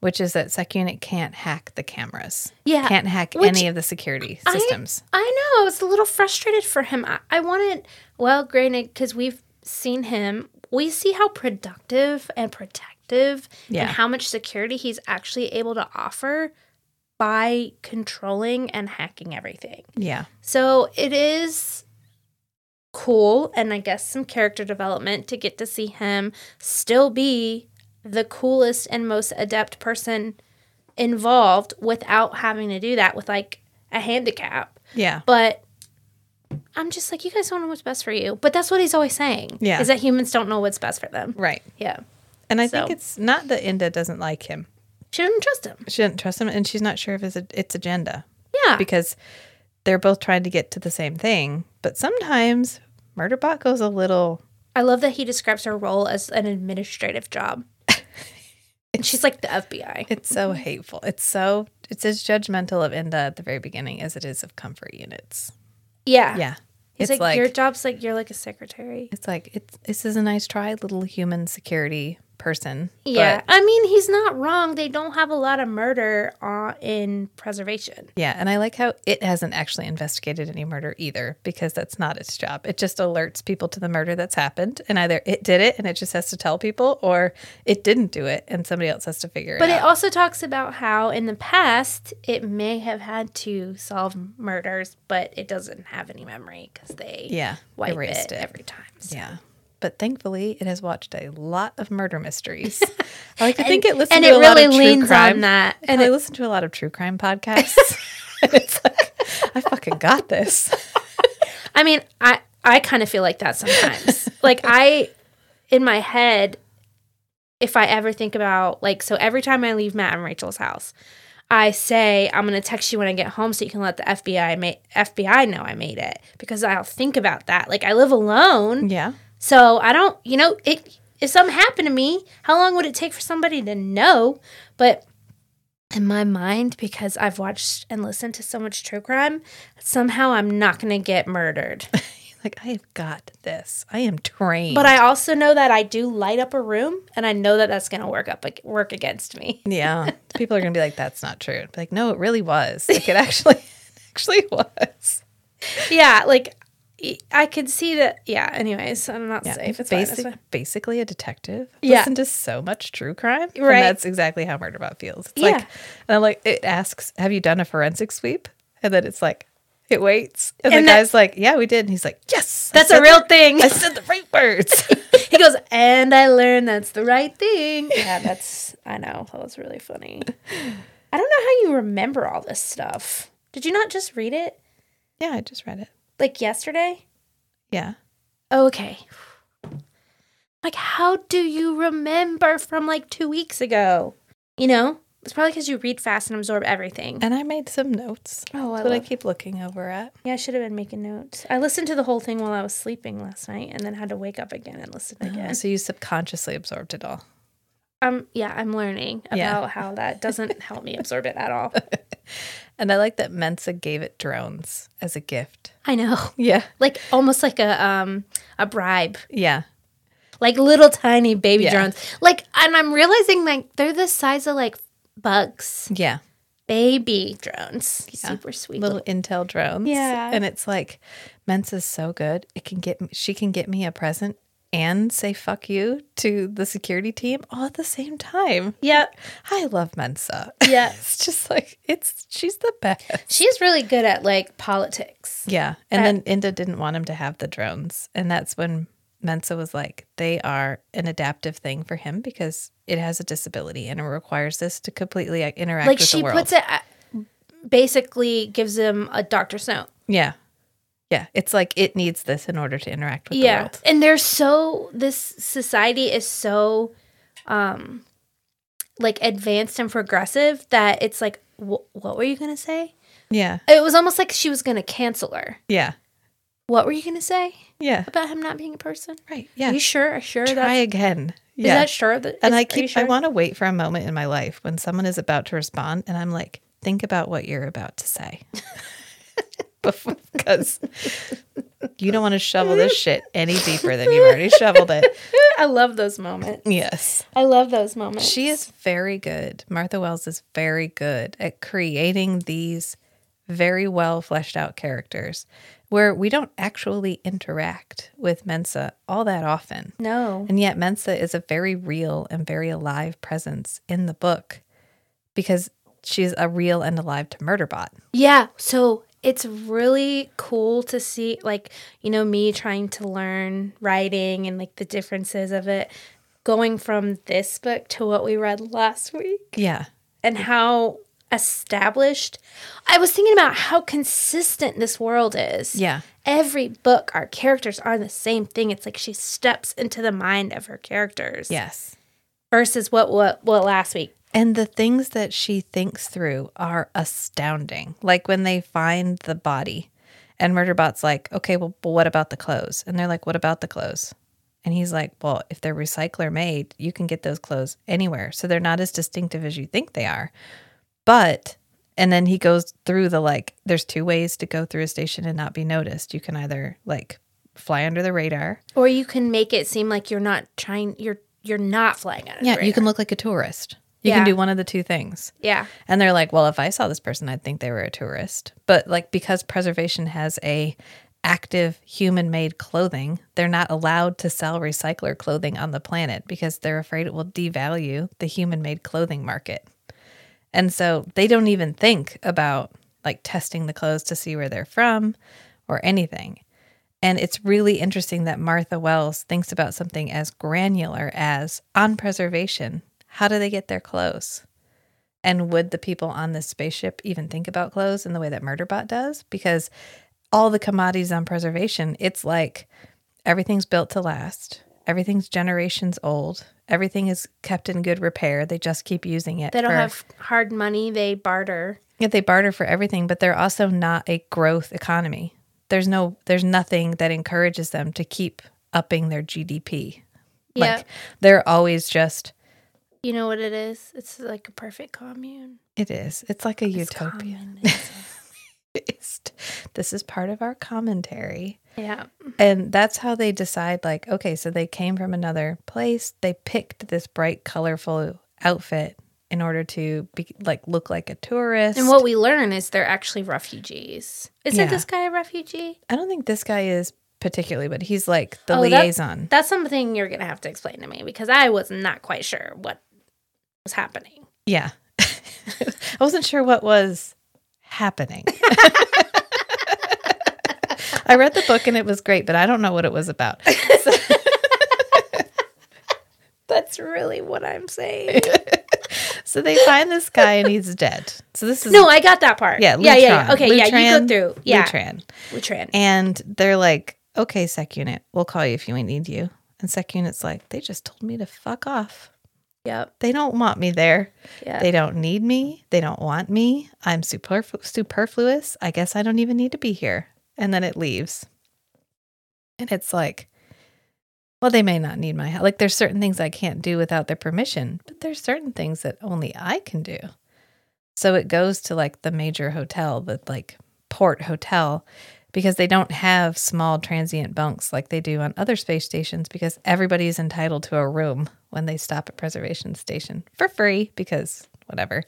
Speaker 1: which is that Sec Unit can't hack the cameras.
Speaker 2: Yeah,
Speaker 1: can't hack
Speaker 2: which
Speaker 1: any of the security systems.
Speaker 2: I know. I was a little frustrated for him. I, I wanted, well, granted, because we've seen him, we see how productive and protective
Speaker 1: Yeah.
Speaker 2: and how much security he's actually able to offer by controlling and hacking everything.
Speaker 1: yeah.
Speaker 2: So it is cool and I guess some character development to get to see him still be the coolest and most adept person involved without having to do that with like a handicap.
Speaker 1: Yeah.
Speaker 2: But I'm just like, you guys don't know what's best for you. But that's what he's always saying.
Speaker 1: Yeah.
Speaker 2: Is that humans don't know what's best for them.
Speaker 1: Right.
Speaker 2: Yeah.
Speaker 1: And I
Speaker 2: So-
Speaker 1: think it's not that Inda doesn't like him.
Speaker 2: She didn't trust him.
Speaker 1: She doesn't trust him, and she's not sure of his its agenda
Speaker 2: Yeah.
Speaker 1: because they're both trying to get to the same thing. But sometimes Murderbot goes a little.
Speaker 2: I love that he describes her role as an
Speaker 1: [laughs]
Speaker 2: administrative job. and she's like the FBI.
Speaker 1: It's so hateful. It's so it's as judgmental of Inda at the very beginning as it is of comfort units.
Speaker 2: Yeah.
Speaker 1: Yeah,
Speaker 2: He's
Speaker 1: it's
Speaker 2: like,
Speaker 1: Ah. like,
Speaker 2: your job's like you're like a secretary.
Speaker 1: it's like it's this is a nice try, little human security person. but
Speaker 2: Yeah. I mean, he's not wrong. They don't have a lot of murder uh, in preservation.
Speaker 1: Yeah, and I like how it hasn't actually investigated any murder either because that's not its job. It just alerts people to the murder that's happened, and either it did it and it just has to tell people, or it didn't do it and somebody else has to figure
Speaker 2: But
Speaker 1: it
Speaker 2: it
Speaker 1: out.
Speaker 2: also talks about how in the past it may have had to solve murders, but it doesn't have any memory because they
Speaker 1: yeah,
Speaker 2: wipe
Speaker 1: erased
Speaker 2: it, every time. So-
Speaker 1: Yeah, but thankfully, it has watched a lot of murder
Speaker 2: [laughs]
Speaker 1: mysteries. I like to think it listens
Speaker 2: and
Speaker 1: to
Speaker 2: it
Speaker 1: a lot
Speaker 2: really
Speaker 1: of true
Speaker 2: leans
Speaker 1: crime.
Speaker 2: on that.
Speaker 1: And I listen to a lot of true crime podcasts.
Speaker 2: [laughs]
Speaker 1: [laughs] and it's like, I fucking got this.
Speaker 2: I mean, I I kind of feel like that [laughs] sometimes. like I in my head if I ever think about like so every time I leave Matt and Rachel's house, I say I'm going to text you when I get home so you can let the FBI ma- FBI know I made it because I'll think about that. Like I live alone,
Speaker 1: Yeah.
Speaker 2: so I don't, you know, it if something happened to me, how long would it take for somebody to know? But in my mind, because I've watched and listened to so much true crime, somehow I'm not going to get murdered.
Speaker 1: [laughs] Like, I have got this. I am trained.
Speaker 2: But I also know that I do light up a room, and I know that that's going to work up work against
Speaker 1: [laughs]
Speaker 2: me.
Speaker 1: Yeah. People are going to be like, that's not true. Be like, no, it really was. Like, it actually, [laughs] actually was.
Speaker 2: yeah, like I could see that. Yeah. Anyways, I'm not
Speaker 1: Yeah.
Speaker 2: safe. It's fine, it's
Speaker 1: basic,
Speaker 2: fine.
Speaker 1: basically a detective.
Speaker 2: Yeah.
Speaker 1: Listen to so much true crime.
Speaker 2: Right.
Speaker 1: And that's exactly how Murderbot feels. It's
Speaker 2: Yeah.
Speaker 1: like, and I'm like, it asks, have you done a forensic sweep? And then it's like, it waits. And,
Speaker 2: And
Speaker 1: the
Speaker 2: that-
Speaker 1: guy's like, yeah, we did. And he's like, yes. I
Speaker 2: That's
Speaker 1: said
Speaker 2: a
Speaker 1: the-
Speaker 2: real thing.
Speaker 1: I said the right words. [laughs]
Speaker 2: he goes, and I learned that's the right thing. [laughs] Yeah, that's, I know. That was really funny. I don't know how you remember all this stuff. Did you not just read it
Speaker 1: yeah, I just read it.
Speaker 2: like yesterday?
Speaker 1: Yeah.
Speaker 2: Okay. Like, how do you remember from like two weeks ago? You know, it's probably because you read fast and absorb everything.
Speaker 1: And I made some notes.
Speaker 2: Oh, I
Speaker 1: That's what I
Speaker 2: love.
Speaker 1: keep looking over at.
Speaker 2: Yeah, I should have been making notes. I listened to the whole thing while I was sleeping last night, and then had to wake up again and listen again.
Speaker 1: So you subconsciously absorbed it all.
Speaker 2: [gasps] Um, yeah, I'm learning about
Speaker 1: Yeah.
Speaker 2: how that doesn't help me absorb it at all.
Speaker 1: And I like that Mensa gave it drones as a gift.
Speaker 2: I know, [laughs]
Speaker 1: Yeah.
Speaker 2: like almost like a um a bribe,
Speaker 1: Yeah.
Speaker 2: like little tiny baby
Speaker 1: Yeah.
Speaker 2: drones. Like, and I'm realizing like they're the size of like bugs,
Speaker 1: Yeah.
Speaker 2: baby drones, super sweet [laughs]
Speaker 1: Little Intel drones.
Speaker 2: Yeah.
Speaker 1: And it's like Mensa's so good. It can get she can get me a present and say fuck you to the security team all at the same time.
Speaker 2: Yeah,
Speaker 1: I love Mensa. [laughs]
Speaker 2: yeah.
Speaker 1: It's just like it's she's the best.
Speaker 2: She's really good at like politics.
Speaker 1: Yeah. And then Inda didn't want him to have the drones. And that's when Mensa was like, they are an adaptive thing for him because it has a disability and it requires this to completely like, interact
Speaker 2: Like
Speaker 1: with
Speaker 2: she
Speaker 1: the world.
Speaker 2: puts it, at- basically gives him a doctor's note.
Speaker 1: yeah. Yeah. It's like it needs this in order to interact with the world.
Speaker 2: and they're so this society is so um like advanced and progressive that it's like wh- what were you gonna say
Speaker 1: Yeah.
Speaker 2: it was almost like she was gonna cancel her
Speaker 1: Yeah.
Speaker 2: what were you gonna say
Speaker 1: Yeah.
Speaker 2: about him not being a person
Speaker 1: Right. Yeah.
Speaker 2: are you sure are sure
Speaker 1: Try
Speaker 2: that
Speaker 1: again.
Speaker 2: is
Speaker 1: Yeah.
Speaker 2: that sure that
Speaker 1: and
Speaker 2: is-
Speaker 1: I
Speaker 2: are you
Speaker 1: keep,
Speaker 2: sure?
Speaker 1: I want to wait for a moment in my life when someone is about to respond and I'm like, think about what you're about to say. [laughs] because you don't want to shovel this shit any deeper than you've already shoveled it.
Speaker 2: [laughs] [laughs] i love those moments
Speaker 1: Yes.
Speaker 2: i love those moments
Speaker 1: She is very good. Martha Wells is very good at creating these very well fleshed out characters where we don't actually interact with Mensa all that often.
Speaker 2: no
Speaker 1: And yet, Mensa is a very real and very alive presence in the book because she's a real and alive to Murderbot.
Speaker 2: Yeah. So it's really cool to see, like, you know, me trying to learn writing and like the differences of it. going from this book to what we read last week
Speaker 1: Yeah.
Speaker 2: and how established I was thinking about how consistent this world is.
Speaker 1: Yeah.
Speaker 2: Every book, our characters are the same thing. It's like she steps into the mind of her characters.
Speaker 1: Yes.
Speaker 2: Versus what what what last week.
Speaker 1: And the things that she thinks through are astounding. Like when they find the body and Murderbot's like, okay, well, but what about the clothes? And they're like, what about the clothes? And he's like, well, if they're recycler made, you can get those clothes anywhere. So they're not as distinctive as you think they are. But, and then he goes through the like, there's two ways to go through a station and not be noticed. You can either like fly under the radar.
Speaker 2: Or you can make it seem like you're not trying you're you're not flying out of
Speaker 1: Yeah.
Speaker 2: the
Speaker 1: You can
Speaker 2: radar.
Speaker 1: look like a tourist. You can
Speaker 2: Yeah.
Speaker 1: do one of the two things.
Speaker 2: Yeah.
Speaker 1: And they're like, well, if I saw this person, I'd think they were a tourist. But like because preservation has a active human-made clothing, they're not allowed to sell recycler clothing on the planet because they're afraid it will devalue the human-made clothing market. And so they don't even think about like testing the clothes to see where they're from or anything. And it's really interesting that Martha Wells thinks about something as granular as on preservation, how do they get their clothes? And would the people on this spaceship even think about clothes in the way that Murderbot does? Because all the commodities on preservation, it's like everything's built to last, everything's generations old, everything is kept in good repair. They just keep using it.
Speaker 2: They don't
Speaker 1: for-
Speaker 2: have hard money, they barter.
Speaker 1: Yet they barter for everything, but they're also not a growth economy. There's no there's nothing that encourages them to keep upping their GDP.
Speaker 2: Yeah.
Speaker 1: Like they're always just
Speaker 2: you know what it is? It's like a perfect commune.
Speaker 1: it is. It's like a
Speaker 2: It's
Speaker 1: utopia.
Speaker 2: communism.
Speaker 1: [laughs] It's- this is part of our commentary.
Speaker 2: yeah.
Speaker 1: And that's how they decide like, okay, so they came from another place. They picked this bright, colorful outfit in order to be like look like a tourist.
Speaker 2: And what we learn is they're actually refugees. Isn't
Speaker 1: Yeah.
Speaker 2: this guy a refugee?
Speaker 1: I don't think this guy is particularly, but he's like the
Speaker 2: Oh, that-
Speaker 1: liaison.
Speaker 2: That's something you're going to have to explain to me because I was not quite sure what was happening.
Speaker 1: Yeah. [laughs] I wasn't sure what was happening. [laughs] I read the book and it was great, but I don't know what it was about.
Speaker 2: [laughs] That's really what I'm saying.
Speaker 1: So they find this guy and he's dead. So this is
Speaker 2: no, I got that part.
Speaker 1: yeah,
Speaker 2: yeah, yeah, yeah.
Speaker 1: Lutran.
Speaker 2: Okay, yeah, you
Speaker 1: Lutran-
Speaker 2: go through. Yeah, Lutran.
Speaker 1: Lutran. And they're like, okay, sec unit, we'll call you if we need you. And sec unit's like, they just told me to fuck off.
Speaker 2: Yep.
Speaker 1: They don't want me there.
Speaker 2: Yeah.
Speaker 1: They don't need me. They don't want me. I'm superflu- superfluous. I guess I don't even need to be here. And then it leaves. And it's like, well, they may not need my help. Like, there's certain things I can't do without their permission, but there's certain things that only I can do. So it goes to like the major hotel, the like port hotel, because they don't have small transient bunks like they do on other space stations because everybody is entitled to a room when they stop at preservation station for free because whatever.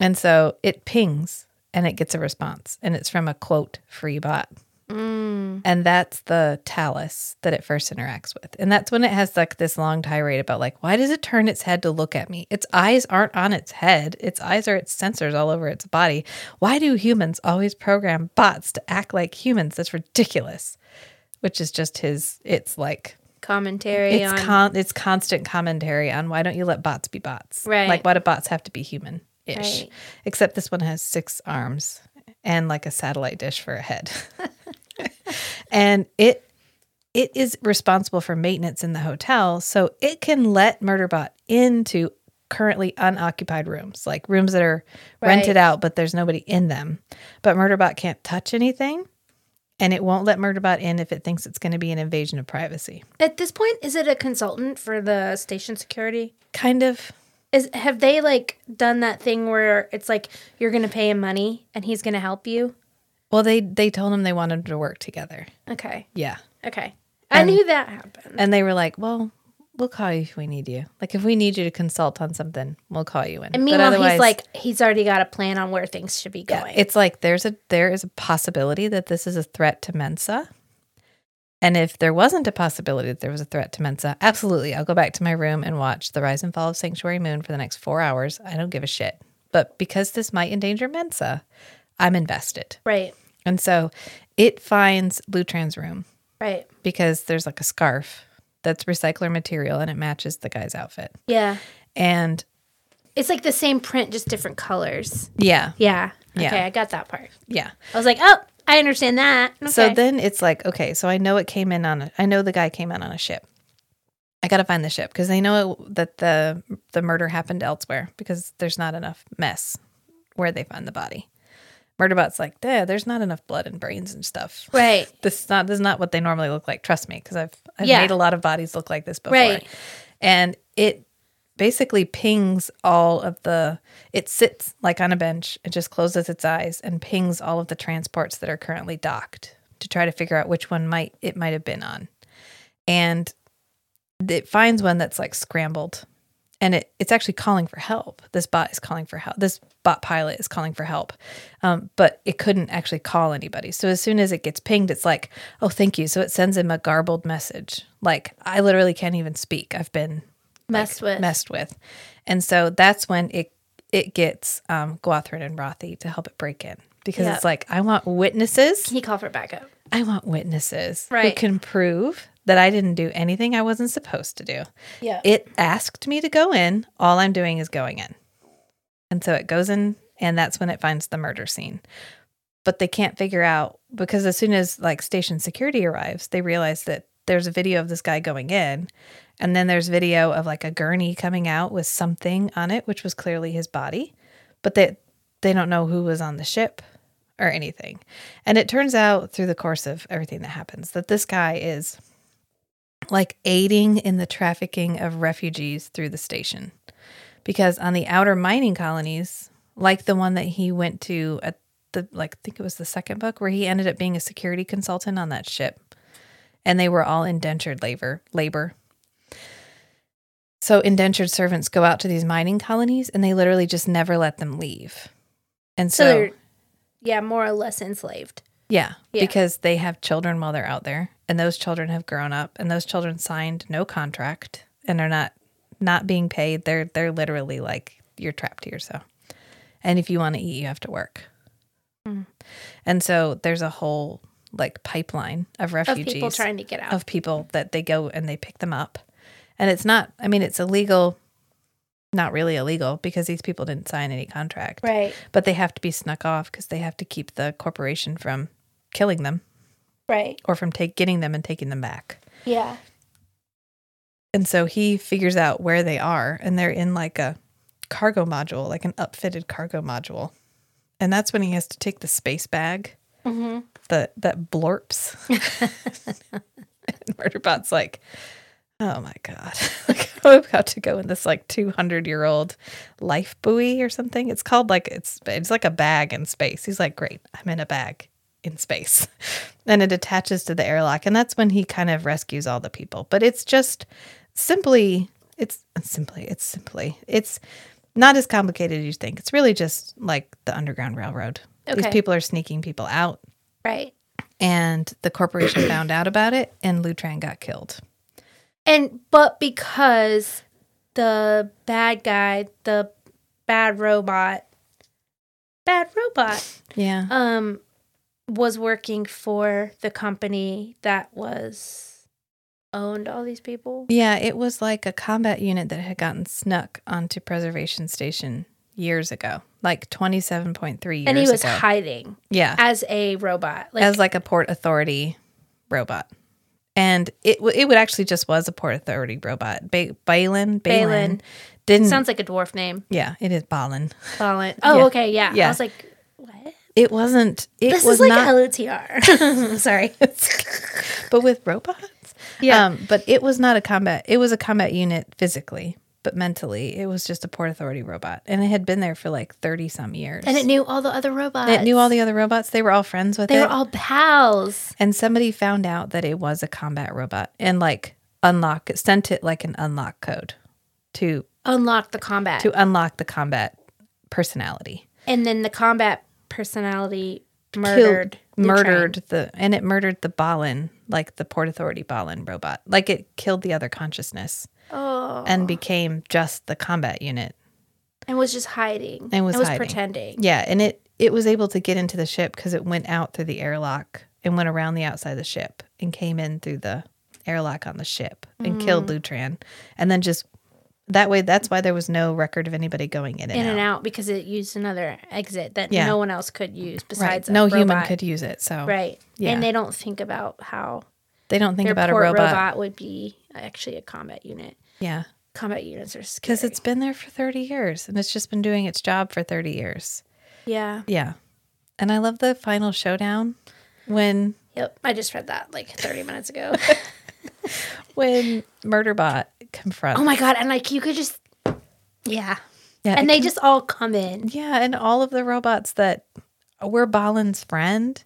Speaker 1: And so it pings and it gets a response and it's from a quote free bot.
Speaker 2: Mm.
Speaker 1: And that's the talus that it first interacts with. And that's when it has like this long tirade about like, why does it turn its head to look at me? Its eyes aren't on its head. Its eyes are its sensors all over its body. Why do humans always program bots to act like humans? That's ridiculous. Which is just his it's like
Speaker 2: Commentary
Speaker 1: it's
Speaker 2: on.
Speaker 1: con it's constant commentary on why don't you let bots be bots?
Speaker 2: Right.
Speaker 1: Like why do bots have to be human ish?
Speaker 2: Right.
Speaker 1: Except this one has six arms and like a satellite dish for a head. [laughs] and it it is responsible for maintenance in the hotel, so it can let Murderbot into currently unoccupied rooms, like rooms that are rented
Speaker 2: Right.
Speaker 1: out but there's nobody in them. But Murderbot can't touch anything. And it won't let Murderbot in if it thinks it's going to be an invasion of privacy.
Speaker 2: At this point, is it a consultant for the station security?
Speaker 1: Kind of
Speaker 2: Is have they like done that thing where it's like you're gonna pay him money and he's gonna help you?
Speaker 1: Well, they they told him they wanted to work together.
Speaker 2: Okay,
Speaker 1: Yeah.
Speaker 2: okay, I knew that happened.
Speaker 1: And they were like, "Well, we'll call you if we need you. Like if we need you to consult on something, we'll call you in."
Speaker 2: And
Speaker 1: But
Speaker 2: meanwhile,
Speaker 1: otherwise-
Speaker 2: he's like he's already got a plan on where things should be
Speaker 1: Yeah,
Speaker 2: going.
Speaker 1: it's like there's a there is a possibility that this is a threat to Mensa. And if there wasn't a possibility that there was a threat to Mensa, absolutely, I'll go back to my room and watch the rise and fall of Sanctuary Moon for the next four hours. I don't give a shit. But because this might endanger Mensa, I'm invested.
Speaker 2: right,
Speaker 1: And so it finds Lutran's room.
Speaker 2: right,
Speaker 1: because there's like a scarf that's recycler material and it matches the guy's outfit.
Speaker 2: Yeah.
Speaker 1: And
Speaker 2: It's like the same print, just different colors.
Speaker 1: yeah,
Speaker 2: Yeah. Okay,
Speaker 1: Yeah.
Speaker 2: I got that part.
Speaker 1: yeah.
Speaker 2: I was like, oh, I understand that. Okay.
Speaker 1: So then it's like, okay, so I know it came in on a, I know the guy came in on a ship. I got to find the ship because they know it, that the the murder happened elsewhere because there's not enough mess where they find the body. Murderbot's like, yeah, there's not enough blood and brains and stuff.
Speaker 2: right.
Speaker 1: This is not this is not what they normally look like. Trust me, because I've, I've
Speaker 2: Yeah.
Speaker 1: made a lot of bodies look like this before.
Speaker 2: Right.
Speaker 1: And it basically pings all of the. It sits like on a bench and just closes its eyes and pings all of the transports that are currently docked to try to figure out which one might it might have been on, and it finds one that's like scrambled. And it, it's actually calling for help. This bot is calling for help. This bot pilot is calling for help. Um, but it couldn't actually call anybody. So as soon as it gets pinged, it's like, oh, thank you. So it sends him a garbled message. Like, I literally can't even speak. I've been
Speaker 2: Messed with.
Speaker 1: messed with. And so that's when it it gets um, Guathrin and Rothy to help it break in because
Speaker 2: Yeah.
Speaker 1: it's like I want witnesses.
Speaker 2: He called for backup.
Speaker 1: I want witnesses who
Speaker 2: Right.
Speaker 1: can prove that I didn't do anything I wasn't supposed to do.
Speaker 2: Yeah.
Speaker 1: It asked me to go in. All I'm doing is going in. And so it goes in, and that's when it finds the murder scene. But they can't figure out because as soon as like station security arrives, they realize that there's a video of this guy going in. And then there's video of like a gurney coming out with something on it, which was clearly his body. But they, they don't know who was on the ship or anything. And it turns out through the course of everything that happens that this guy is like aiding in the trafficking of refugees through the station. Because on the outer mining colonies, like the one that he went to at the like I think it was the second book where he ended up being a security consultant on that ship. And they were all indentured labor labor. So indentured servants go out to these mining colonies and they literally just never let them leave. And
Speaker 2: So,
Speaker 1: so
Speaker 2: they're, yeah, more or less enslaved.
Speaker 1: yeah,
Speaker 2: Yeah.
Speaker 1: because they have children while they're out there, and those children have grown up, and those children signed no contract and are not not being paid. They're they're literally like you're trapped here. So, and if you want to eat, you have to work.
Speaker 2: Hmm.
Speaker 1: And so there's a whole like pipeline of
Speaker 2: Of
Speaker 1: refugees
Speaker 2: people trying to get out.
Speaker 1: of people that they go and they pick them up. And it's not, I mean, it's illegal, not really illegal because these people didn't sign any contract.
Speaker 2: Right.
Speaker 1: But they have to be snuck off because they have to keep the corporation from killing them
Speaker 2: Right.
Speaker 1: or from take, getting them and taking them back.
Speaker 2: Yeah.
Speaker 1: And so he figures out where they are and they're in like a cargo module, like an upfitted cargo module. And that's when he has to take the space bag
Speaker 2: Mm-hmm.
Speaker 1: that that blorps. [laughs] and Murderbot's like, oh my god, [laughs] like I'm about to go in this like 200 year old life buoy or something. It's called like it's it's like a bag in space. He's like, great, I'm in a bag in space, [laughs] and it attaches to the airlock, and that's when he kind of rescues all the people. But it's just simply, it's simply, it's simply, it's. Not as complicated as you think. It's really just like the Underground Railroad.
Speaker 2: Okay.
Speaker 1: These people are sneaking people out
Speaker 2: Right.
Speaker 1: and the corporation found out about it and Lutran got killed.
Speaker 2: And but because the bad guy, the bad robot, bad robot,
Speaker 1: Yeah.
Speaker 2: um, was working for the company that was owned all these people.
Speaker 1: Yeah, it was like a combat unit that had gotten snuck onto Preservation Station years ago, like 27.3 years
Speaker 2: and he was
Speaker 1: ago.
Speaker 2: hiding
Speaker 1: yeah.
Speaker 2: as a robot. Like,
Speaker 1: as like a port authority robot. And it w- it would actually just was a port authority robot. Ba- Balin, Balin,
Speaker 2: Balin.
Speaker 1: didn't
Speaker 2: sounds like a dwarf name.
Speaker 1: Yeah, it is Balin.
Speaker 2: Balin. Oh,
Speaker 1: Yeah.
Speaker 2: okay, yeah.
Speaker 1: Yeah.
Speaker 2: I was like, what?
Speaker 1: It wasn't it
Speaker 2: This
Speaker 1: was
Speaker 2: is like
Speaker 1: not
Speaker 2: [laughs] LOTR. Sorry.
Speaker 1: but with robots.
Speaker 2: Yeah.
Speaker 1: Um, but it was not a combat. It was a combat unit physically, but mentally, it was just a port authority robot, and it had been there for like thirty some years.
Speaker 2: and it knew all the other robots.
Speaker 1: It knew all the other robots. They were all friends with
Speaker 2: They
Speaker 1: it.
Speaker 2: were all pals.
Speaker 1: and somebody found out that it was a combat robot and like unlock sent it like an unlock code to
Speaker 2: Unlock the combat.
Speaker 1: to unlock the combat personality.
Speaker 2: and then the combat personality
Speaker 1: Killed-
Speaker 2: murdered. Lutran.
Speaker 1: murdered the and it murdered the Balin, like the Port Authority Balin robot. Like it killed the other consciousness.
Speaker 2: Oh. And,
Speaker 1: and became just the combat unit.
Speaker 2: was just hiding.
Speaker 1: And was
Speaker 2: and was
Speaker 1: hiding.
Speaker 2: pretending.
Speaker 1: Yeah, and it it was able to get into the ship because it went out through the airlock and went around the outside of the ship and came in through the airlock on the ship and killed
Speaker 2: Mm.
Speaker 1: Lutran. And then just that way, that's why there was no record of anybody going in and
Speaker 2: in
Speaker 1: out.
Speaker 2: and out because it used another exit that
Speaker 1: Yeah.
Speaker 2: no one else could use
Speaker 1: Right.
Speaker 2: besides a
Speaker 1: No human
Speaker 2: robot.
Speaker 1: could use it. So
Speaker 2: right
Speaker 1: Yeah.
Speaker 2: and they don't think about how
Speaker 1: they don't think
Speaker 2: their
Speaker 1: about a
Speaker 2: poor
Speaker 1: robot.
Speaker 2: would be actually a combat unit
Speaker 1: Yeah.
Speaker 2: combat units are scary.
Speaker 1: Because it's been there for 30 years and it's just been doing its job for 30 years.
Speaker 2: yeah
Speaker 1: Yeah. And I love the final showdown when
Speaker 2: yep i just read that like
Speaker 1: [laughs]
Speaker 2: 30 minutes ago
Speaker 1: when Murderbot confronts.
Speaker 2: oh my god and like you could just yeah
Speaker 1: yeah,
Speaker 2: and
Speaker 1: it
Speaker 2: they just all come in
Speaker 1: Yeah, and all of the robots that were Balin's friend,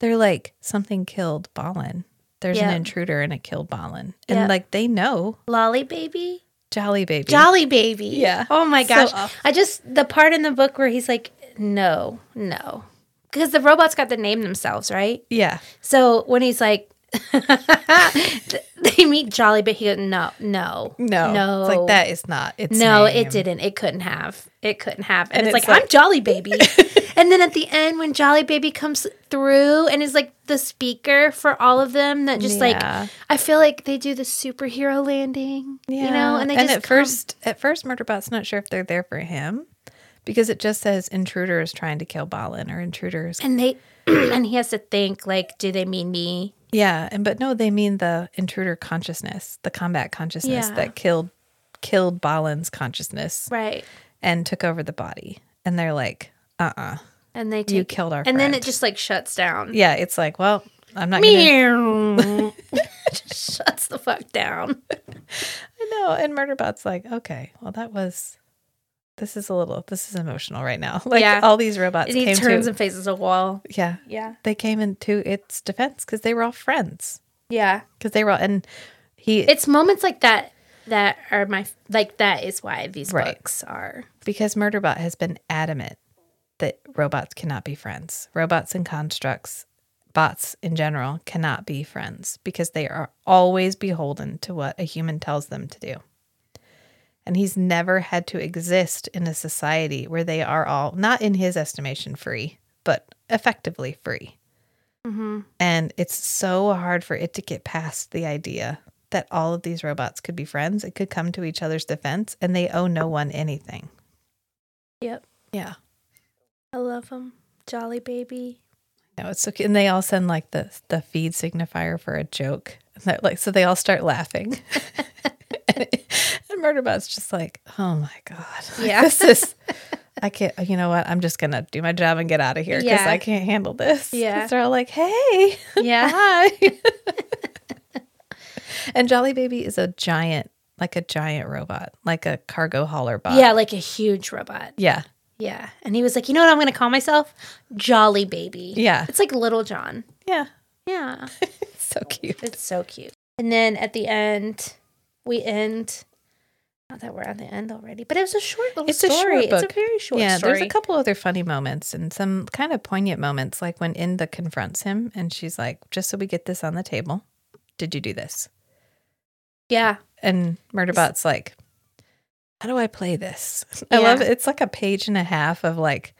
Speaker 1: they're like, something killed Balin. There's an
Speaker 2: Yeah.
Speaker 1: intruder and it killed Balin. And
Speaker 2: Yeah.
Speaker 1: like they know
Speaker 2: lolly baby
Speaker 1: Jolly Baby.
Speaker 2: jolly baby
Speaker 1: Yeah.
Speaker 2: oh my
Speaker 1: So
Speaker 2: gosh
Speaker 1: awful.
Speaker 2: i just the part in the book where he's like no no because the robots got to name themselves right
Speaker 1: yeah.
Speaker 2: So when he's like, [laughs] they meet Jolly, but he goes, no, no,
Speaker 1: No.
Speaker 2: no,
Speaker 1: It's like that is not. It's
Speaker 2: No, it
Speaker 1: name."
Speaker 2: didn't. It couldn't have. It couldn't have. And,
Speaker 1: And
Speaker 2: it's,
Speaker 1: it's
Speaker 2: like,
Speaker 1: like-
Speaker 2: I'm
Speaker 1: [laughs]
Speaker 2: Jolly Baby. and then at the end, when Jolly Baby comes through and is like the speaker for all of them, that just
Speaker 1: Yeah.
Speaker 2: like, I feel like they do the superhero landing,
Speaker 1: Yeah.
Speaker 2: you know, and they just
Speaker 1: at
Speaker 2: come-
Speaker 1: first at first Murderbot's not sure if they're there for him because it just says intruder is trying to kill Balin or
Speaker 2: [laughs]
Speaker 1: intruders.
Speaker 2: and they, [clears throat] and he has to think like, do they mean me?
Speaker 1: Yeah, and but no, they mean the intruder consciousness, the combat consciousness
Speaker 2: Yeah.
Speaker 1: that killed killed Balin's consciousness
Speaker 2: Right.
Speaker 1: and took over the body. And they're like, uh uh
Speaker 2: And they take,
Speaker 1: you killed our
Speaker 2: and then
Speaker 1: friend.
Speaker 2: it just like shuts down. [laughs]
Speaker 1: Yeah, it's like, well, I'm not gonna
Speaker 2: Meow. Just shuts the fuck down.
Speaker 1: I know. And Murderbot's like, okay, well that was this is a little this is emotional right now. [laughs] Like
Speaker 2: Yeah.
Speaker 1: all these robots
Speaker 2: And he
Speaker 1: came
Speaker 2: turns
Speaker 1: to
Speaker 2: and faces a wall.
Speaker 1: Yeah.
Speaker 2: Yeah.
Speaker 1: They came into its defense because they were all friends.
Speaker 2: Yeah.
Speaker 1: Because they were all and he
Speaker 2: It's moments like that that are my like that is why these
Speaker 1: Right.
Speaker 2: books are.
Speaker 1: because Murderbot has been adamant that robots cannot be friends. Robots and constructs, bots in general, cannot be friends because they are always beholden to what a human tells them to do. And he's never had to exist in a society where they are all, not in his estimation, free, but effectively free.
Speaker 2: Mm-hmm.
Speaker 1: And it's so hard for it to get past the idea that all of these robots could be friends. It could come to each other's defense and they owe no one anything.
Speaker 2: Yep.
Speaker 1: Yeah.
Speaker 2: I love them. Jolly baby.
Speaker 1: No, it's so cute. And they all send like the the feed signifier for a joke. And they're like so they all start laughing. [laughs] and, Murderbot's just like, oh my God. Like,
Speaker 2: Yeah.
Speaker 1: This is I can't you know what? I'm just gonna do my job and get out of here because
Speaker 2: Yeah.
Speaker 1: I can't handle this. 'Cause
Speaker 2: Yeah.
Speaker 1: They're all like, hey,
Speaker 2: [laughs] Yeah. [laughs]
Speaker 1: hi. and Jolly Baby is a giant, like a giant robot, like a cargo hauler bot.
Speaker 2: yeah, like a huge robot.
Speaker 1: Yeah.
Speaker 2: Yeah. And he was like, you know what I'm gonna call myself? Jolly baby.
Speaker 1: Yeah.
Speaker 2: It's like little John.
Speaker 1: Yeah.
Speaker 2: Yeah.
Speaker 1: so cute.
Speaker 2: It's so cute. And then at the end, we end. Not that we're at the end already, but it was a short little
Speaker 1: It's a short
Speaker 2: story.
Speaker 1: book.
Speaker 2: It's a very short
Speaker 1: yeah,
Speaker 2: story.
Speaker 1: there's a couple other funny moments and some kind of poignant moments, like when Inda confronts him and she's like, just so we get this on the table, did you do this?
Speaker 2: Yeah,
Speaker 1: And Murderbot's like, how do I play this? [laughs] I love
Speaker 2: Yeah.
Speaker 1: it. It's like a page and a half of like,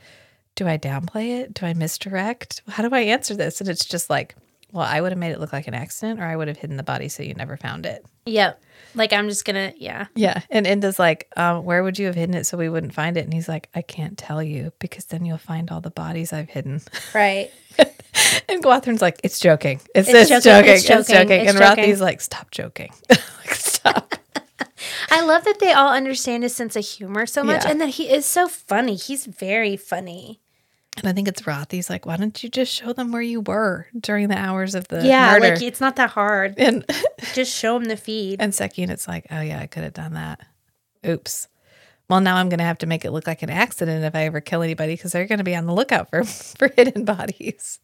Speaker 1: do I downplay it? Do I misdirect? How do I answer this? And it's just like, well, I would have made it look like an accident or I would have hidden the body so you never found it.
Speaker 2: yep. Like I'm just gonna, yeah,
Speaker 1: Yeah. And Inda's like, um, where would you have hidden it so we wouldn't find it? And he's like, I can't tell you because then you'll find all the bodies I've hidden. [laughs]
Speaker 2: right.
Speaker 1: And Gwathrin's like, it's joking. It's,
Speaker 2: It's
Speaker 1: it's
Speaker 2: joking,
Speaker 1: joking.
Speaker 2: it's
Speaker 1: It's joking.
Speaker 2: joking, it's
Speaker 1: and
Speaker 2: joking.
Speaker 1: Rothy's like, stop joking. [laughs] like, stop.
Speaker 2: I love that they all understand his sense of humor so much,
Speaker 1: Yeah.
Speaker 2: and that he is so funny. He's very funny.
Speaker 1: and I think it's Rothy's like, why don't you just show them where you were during the hours of the
Speaker 2: yeah,
Speaker 1: murder?
Speaker 2: like it's not that [laughs] hard.
Speaker 1: [laughs] and
Speaker 2: Just show him the feed.
Speaker 1: and Seki and it's like, oh yeah, I could have done that. Oops. Well, now I'm going to have to make it look like an accident if I ever kill anybody because they're going to be on the lookout for [laughs] for hidden bodies.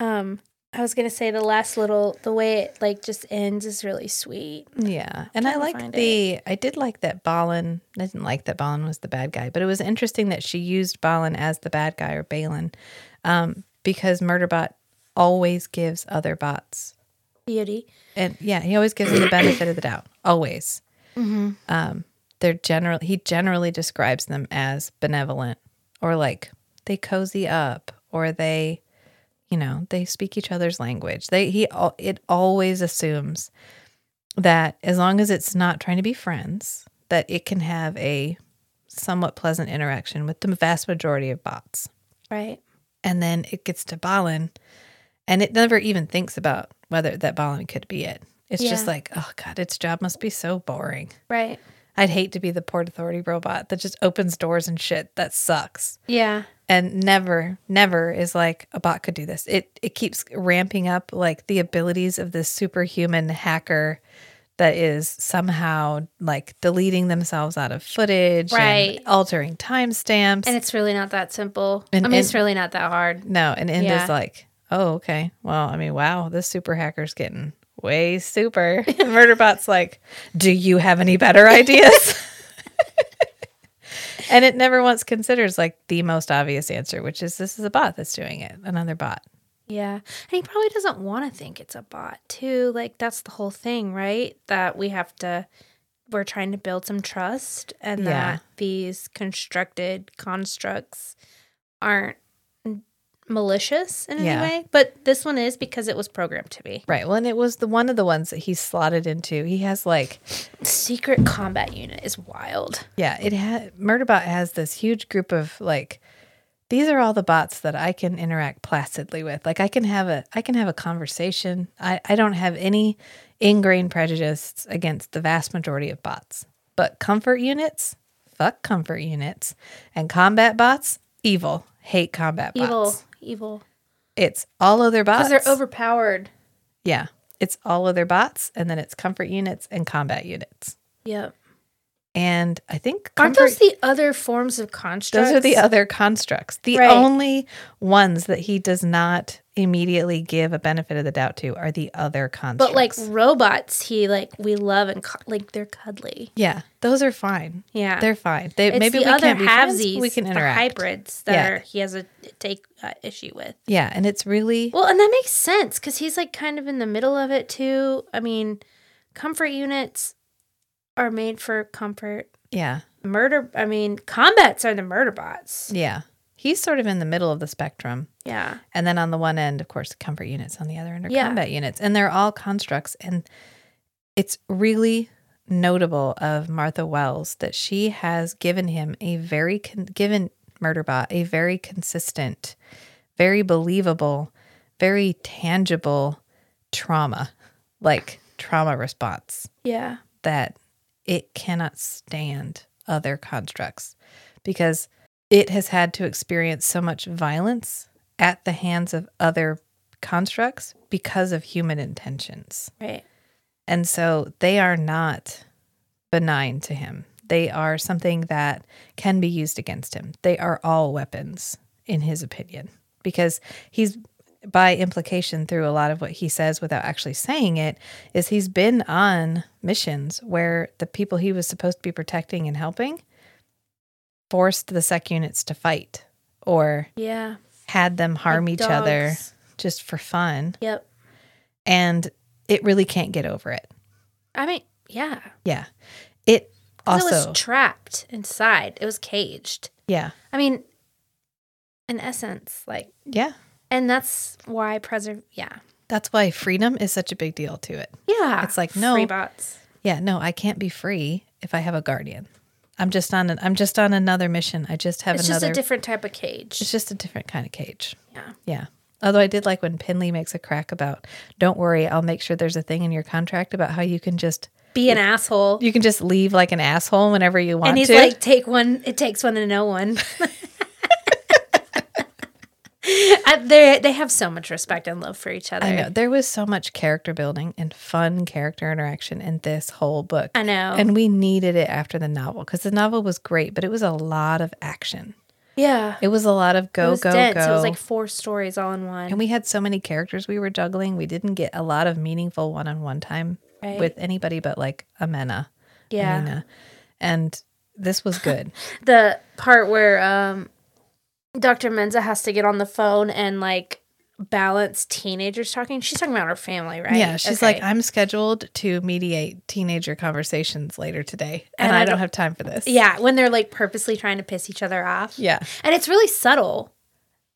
Speaker 2: Um, I was gonna say the last little, the way it like just ends is really sweet.
Speaker 1: Yeah. And
Speaker 2: Trying
Speaker 1: I
Speaker 2: to
Speaker 1: liked
Speaker 2: find
Speaker 1: the, I did like that Balin, I didn't like that Balin was the bad guy, but it was interesting that she used Balin as the bad guy or Balin um, because Murderbot always gives other bots.
Speaker 2: Beauty.
Speaker 1: And yeah, he always gives them the benefit of the doubt. Always. Um, they're general, he generally describes them as benevolent or like they cozy up or they, you know they speak each other's language they he al- it always assumes that as long as it's not trying to be friends that it can have a somewhat pleasant interaction with the vast majority of bots
Speaker 2: Right.
Speaker 1: and then it gets to Balin, and it never even thinks about whether that Balin could be it. It's just
Speaker 2: Yeah.
Speaker 1: like, oh god, its job must be so boring.
Speaker 2: Right.
Speaker 1: I'd hate to be the Port Authority robot that just opens doors and shit. That sucks.
Speaker 2: Yeah.
Speaker 1: And never, never is like a bot could do this. It it keeps ramping up like the abilities of this superhuman hacker that is somehow like deleting themselves out of footage, and
Speaker 2: Right.
Speaker 1: altering timestamps,
Speaker 2: And it's really not that simple.
Speaker 1: And-
Speaker 2: I mean, it's
Speaker 1: and-
Speaker 2: really not that hard.
Speaker 1: No, and Inda's
Speaker 2: Yeah.
Speaker 1: like, oh, okay. Well, I mean, wow, this super hacker's getting way super. [laughs] Murderbot's like, do you have any better ideas? [laughs] and it never once considers like the most obvious answer, which is this is a bot that's doing it, another bot.
Speaker 2: Yeah. And he probably doesn't want to think it's a bot, too. Like, that's the whole thing, right? That we have to, we're trying to build some trust and
Speaker 1: Yeah.
Speaker 2: that these constructed constructs aren't malicious in
Speaker 1: Yeah.
Speaker 2: any way. But this one is because it was programmed to be.
Speaker 1: Right. Well, and it was the one of the ones that he slotted into. He has like,
Speaker 2: Secret combat unit is wild.
Speaker 1: yeah, it had Murderbot has this huge group of like these are all the bots that I can interact placidly with. Like I can have a I can have a conversation. I, I don't have any ingrained prejudice against the vast majority of bots. But comfort units, fuck comfort units. And combat bots, evil. Hate combat bots.
Speaker 2: Evil. Evil.
Speaker 1: It's all other bots.
Speaker 2: Because they're overpowered.
Speaker 1: yeah. It's all other bots and then it's comfort units and combat units.
Speaker 2: Yep.
Speaker 1: And I think
Speaker 2: Aren't
Speaker 1: comfort-
Speaker 2: those the other forms of constructs?
Speaker 1: Those are the other constructs. The
Speaker 2: Right.
Speaker 1: only ones that he does not immediately give a benefit of the doubt to are the other constructs.
Speaker 2: But like robots, he like we love and cu- like they're cuddly.
Speaker 1: yeah, those are fine.
Speaker 2: Yeah,
Speaker 1: They're fine. They,
Speaker 2: It's
Speaker 1: maybe
Speaker 2: the
Speaker 1: we
Speaker 2: other
Speaker 1: can't be friends,
Speaker 2: halvesies,
Speaker 1: but we can
Speaker 2: the
Speaker 1: interact.
Speaker 2: hybrids that
Speaker 1: Yeah.
Speaker 2: are, he has a take uh, issue with.
Speaker 1: Yeah, and it's really
Speaker 2: Well, and that makes sense because he's like kind of in the middle of it too. I mean, comfort units are made for comfort.
Speaker 1: yeah,
Speaker 2: Murder. I mean, combats are the murder bots.
Speaker 1: yeah. He's sort of in the middle of the spectrum.
Speaker 2: Yeah.
Speaker 1: And then on the one end, of course, comfort units, on the other end are
Speaker 2: Yeah.
Speaker 1: combat units. And they're all constructs. And it's really notable of Martha Wells that she has given him a very, con- given Murderbot a very consistent, very believable, very tangible trauma, like trauma response
Speaker 2: Yeah.
Speaker 1: that it cannot stand other constructs because it has had to experience so much violence at the hands of other constructs because of human intentions.
Speaker 2: Right.
Speaker 1: And so they are not benign to him. They are something that can be used against him. They are all weapons, in his opinion, because he's, by implication, through a lot of what he says without actually saying it, is he's been on missions where the people he was supposed to be protecting and helping forced the sec units to fight or
Speaker 2: Yeah.
Speaker 1: had them harm
Speaker 2: Like
Speaker 1: each other
Speaker 2: dogs.
Speaker 1: just for fun.
Speaker 2: Yep.
Speaker 1: And it really can't get over it.
Speaker 2: I mean, yeah.
Speaker 1: Yeah. It
Speaker 2: 'Cause
Speaker 1: also
Speaker 2: it was trapped inside. It was caged.
Speaker 1: yeah.
Speaker 2: I mean, in essence, like,
Speaker 1: Yeah.
Speaker 2: and that's why preserve. Yeah,
Speaker 1: That's why freedom is such a big deal to it.
Speaker 2: yeah.
Speaker 1: It's like, no.
Speaker 2: free bots.
Speaker 1: Yeah, no, I can't be free if I have a guardian. I'm just on an I'm just on another mission. I just have
Speaker 2: It's just
Speaker 1: another
Speaker 2: a different type of cage.
Speaker 1: It's just a different kind of cage.
Speaker 2: yeah,
Speaker 1: Yeah. Although I did like when Pinley makes a crack about, don't worry, I'll make sure there's a thing in your contract about how you can just
Speaker 2: be an asshole.
Speaker 1: you can just leave like an asshole whenever you want
Speaker 2: And he's
Speaker 1: to.
Speaker 2: like, take one. It takes one to know one. [laughs] Uh, they they have so much respect and love for each other.
Speaker 1: I know. There was so much character building and fun character interaction in this whole book.
Speaker 2: I know.
Speaker 1: And we needed it after the novel because the novel was great, but it was a lot of action.
Speaker 2: yeah,
Speaker 1: It was a lot of
Speaker 2: it
Speaker 1: go,
Speaker 2: was
Speaker 1: go,
Speaker 2: dense.
Speaker 1: go.
Speaker 2: It was like four stories all in one.
Speaker 1: and we had so many characters we were juggling. We didn't get a lot of meaningful one on one time
Speaker 2: Right.
Speaker 1: with anybody but like Amena.
Speaker 2: yeah,
Speaker 1: Amena. And this was good.
Speaker 2: the part where um Dr. Menza has to get on the phone and like balance teenagers talking. She's talking about her family, [laughs] right?
Speaker 1: Yeah. She's
Speaker 2: Okay.
Speaker 1: like, I'm scheduled to mediate teenager conversations later today, and,
Speaker 2: And
Speaker 1: I,
Speaker 2: I
Speaker 1: don't,
Speaker 2: don't-
Speaker 1: have time for this.
Speaker 2: Yeah, when they're like purposely trying to piss each other off.
Speaker 1: Yeah.
Speaker 2: And it's really subtle.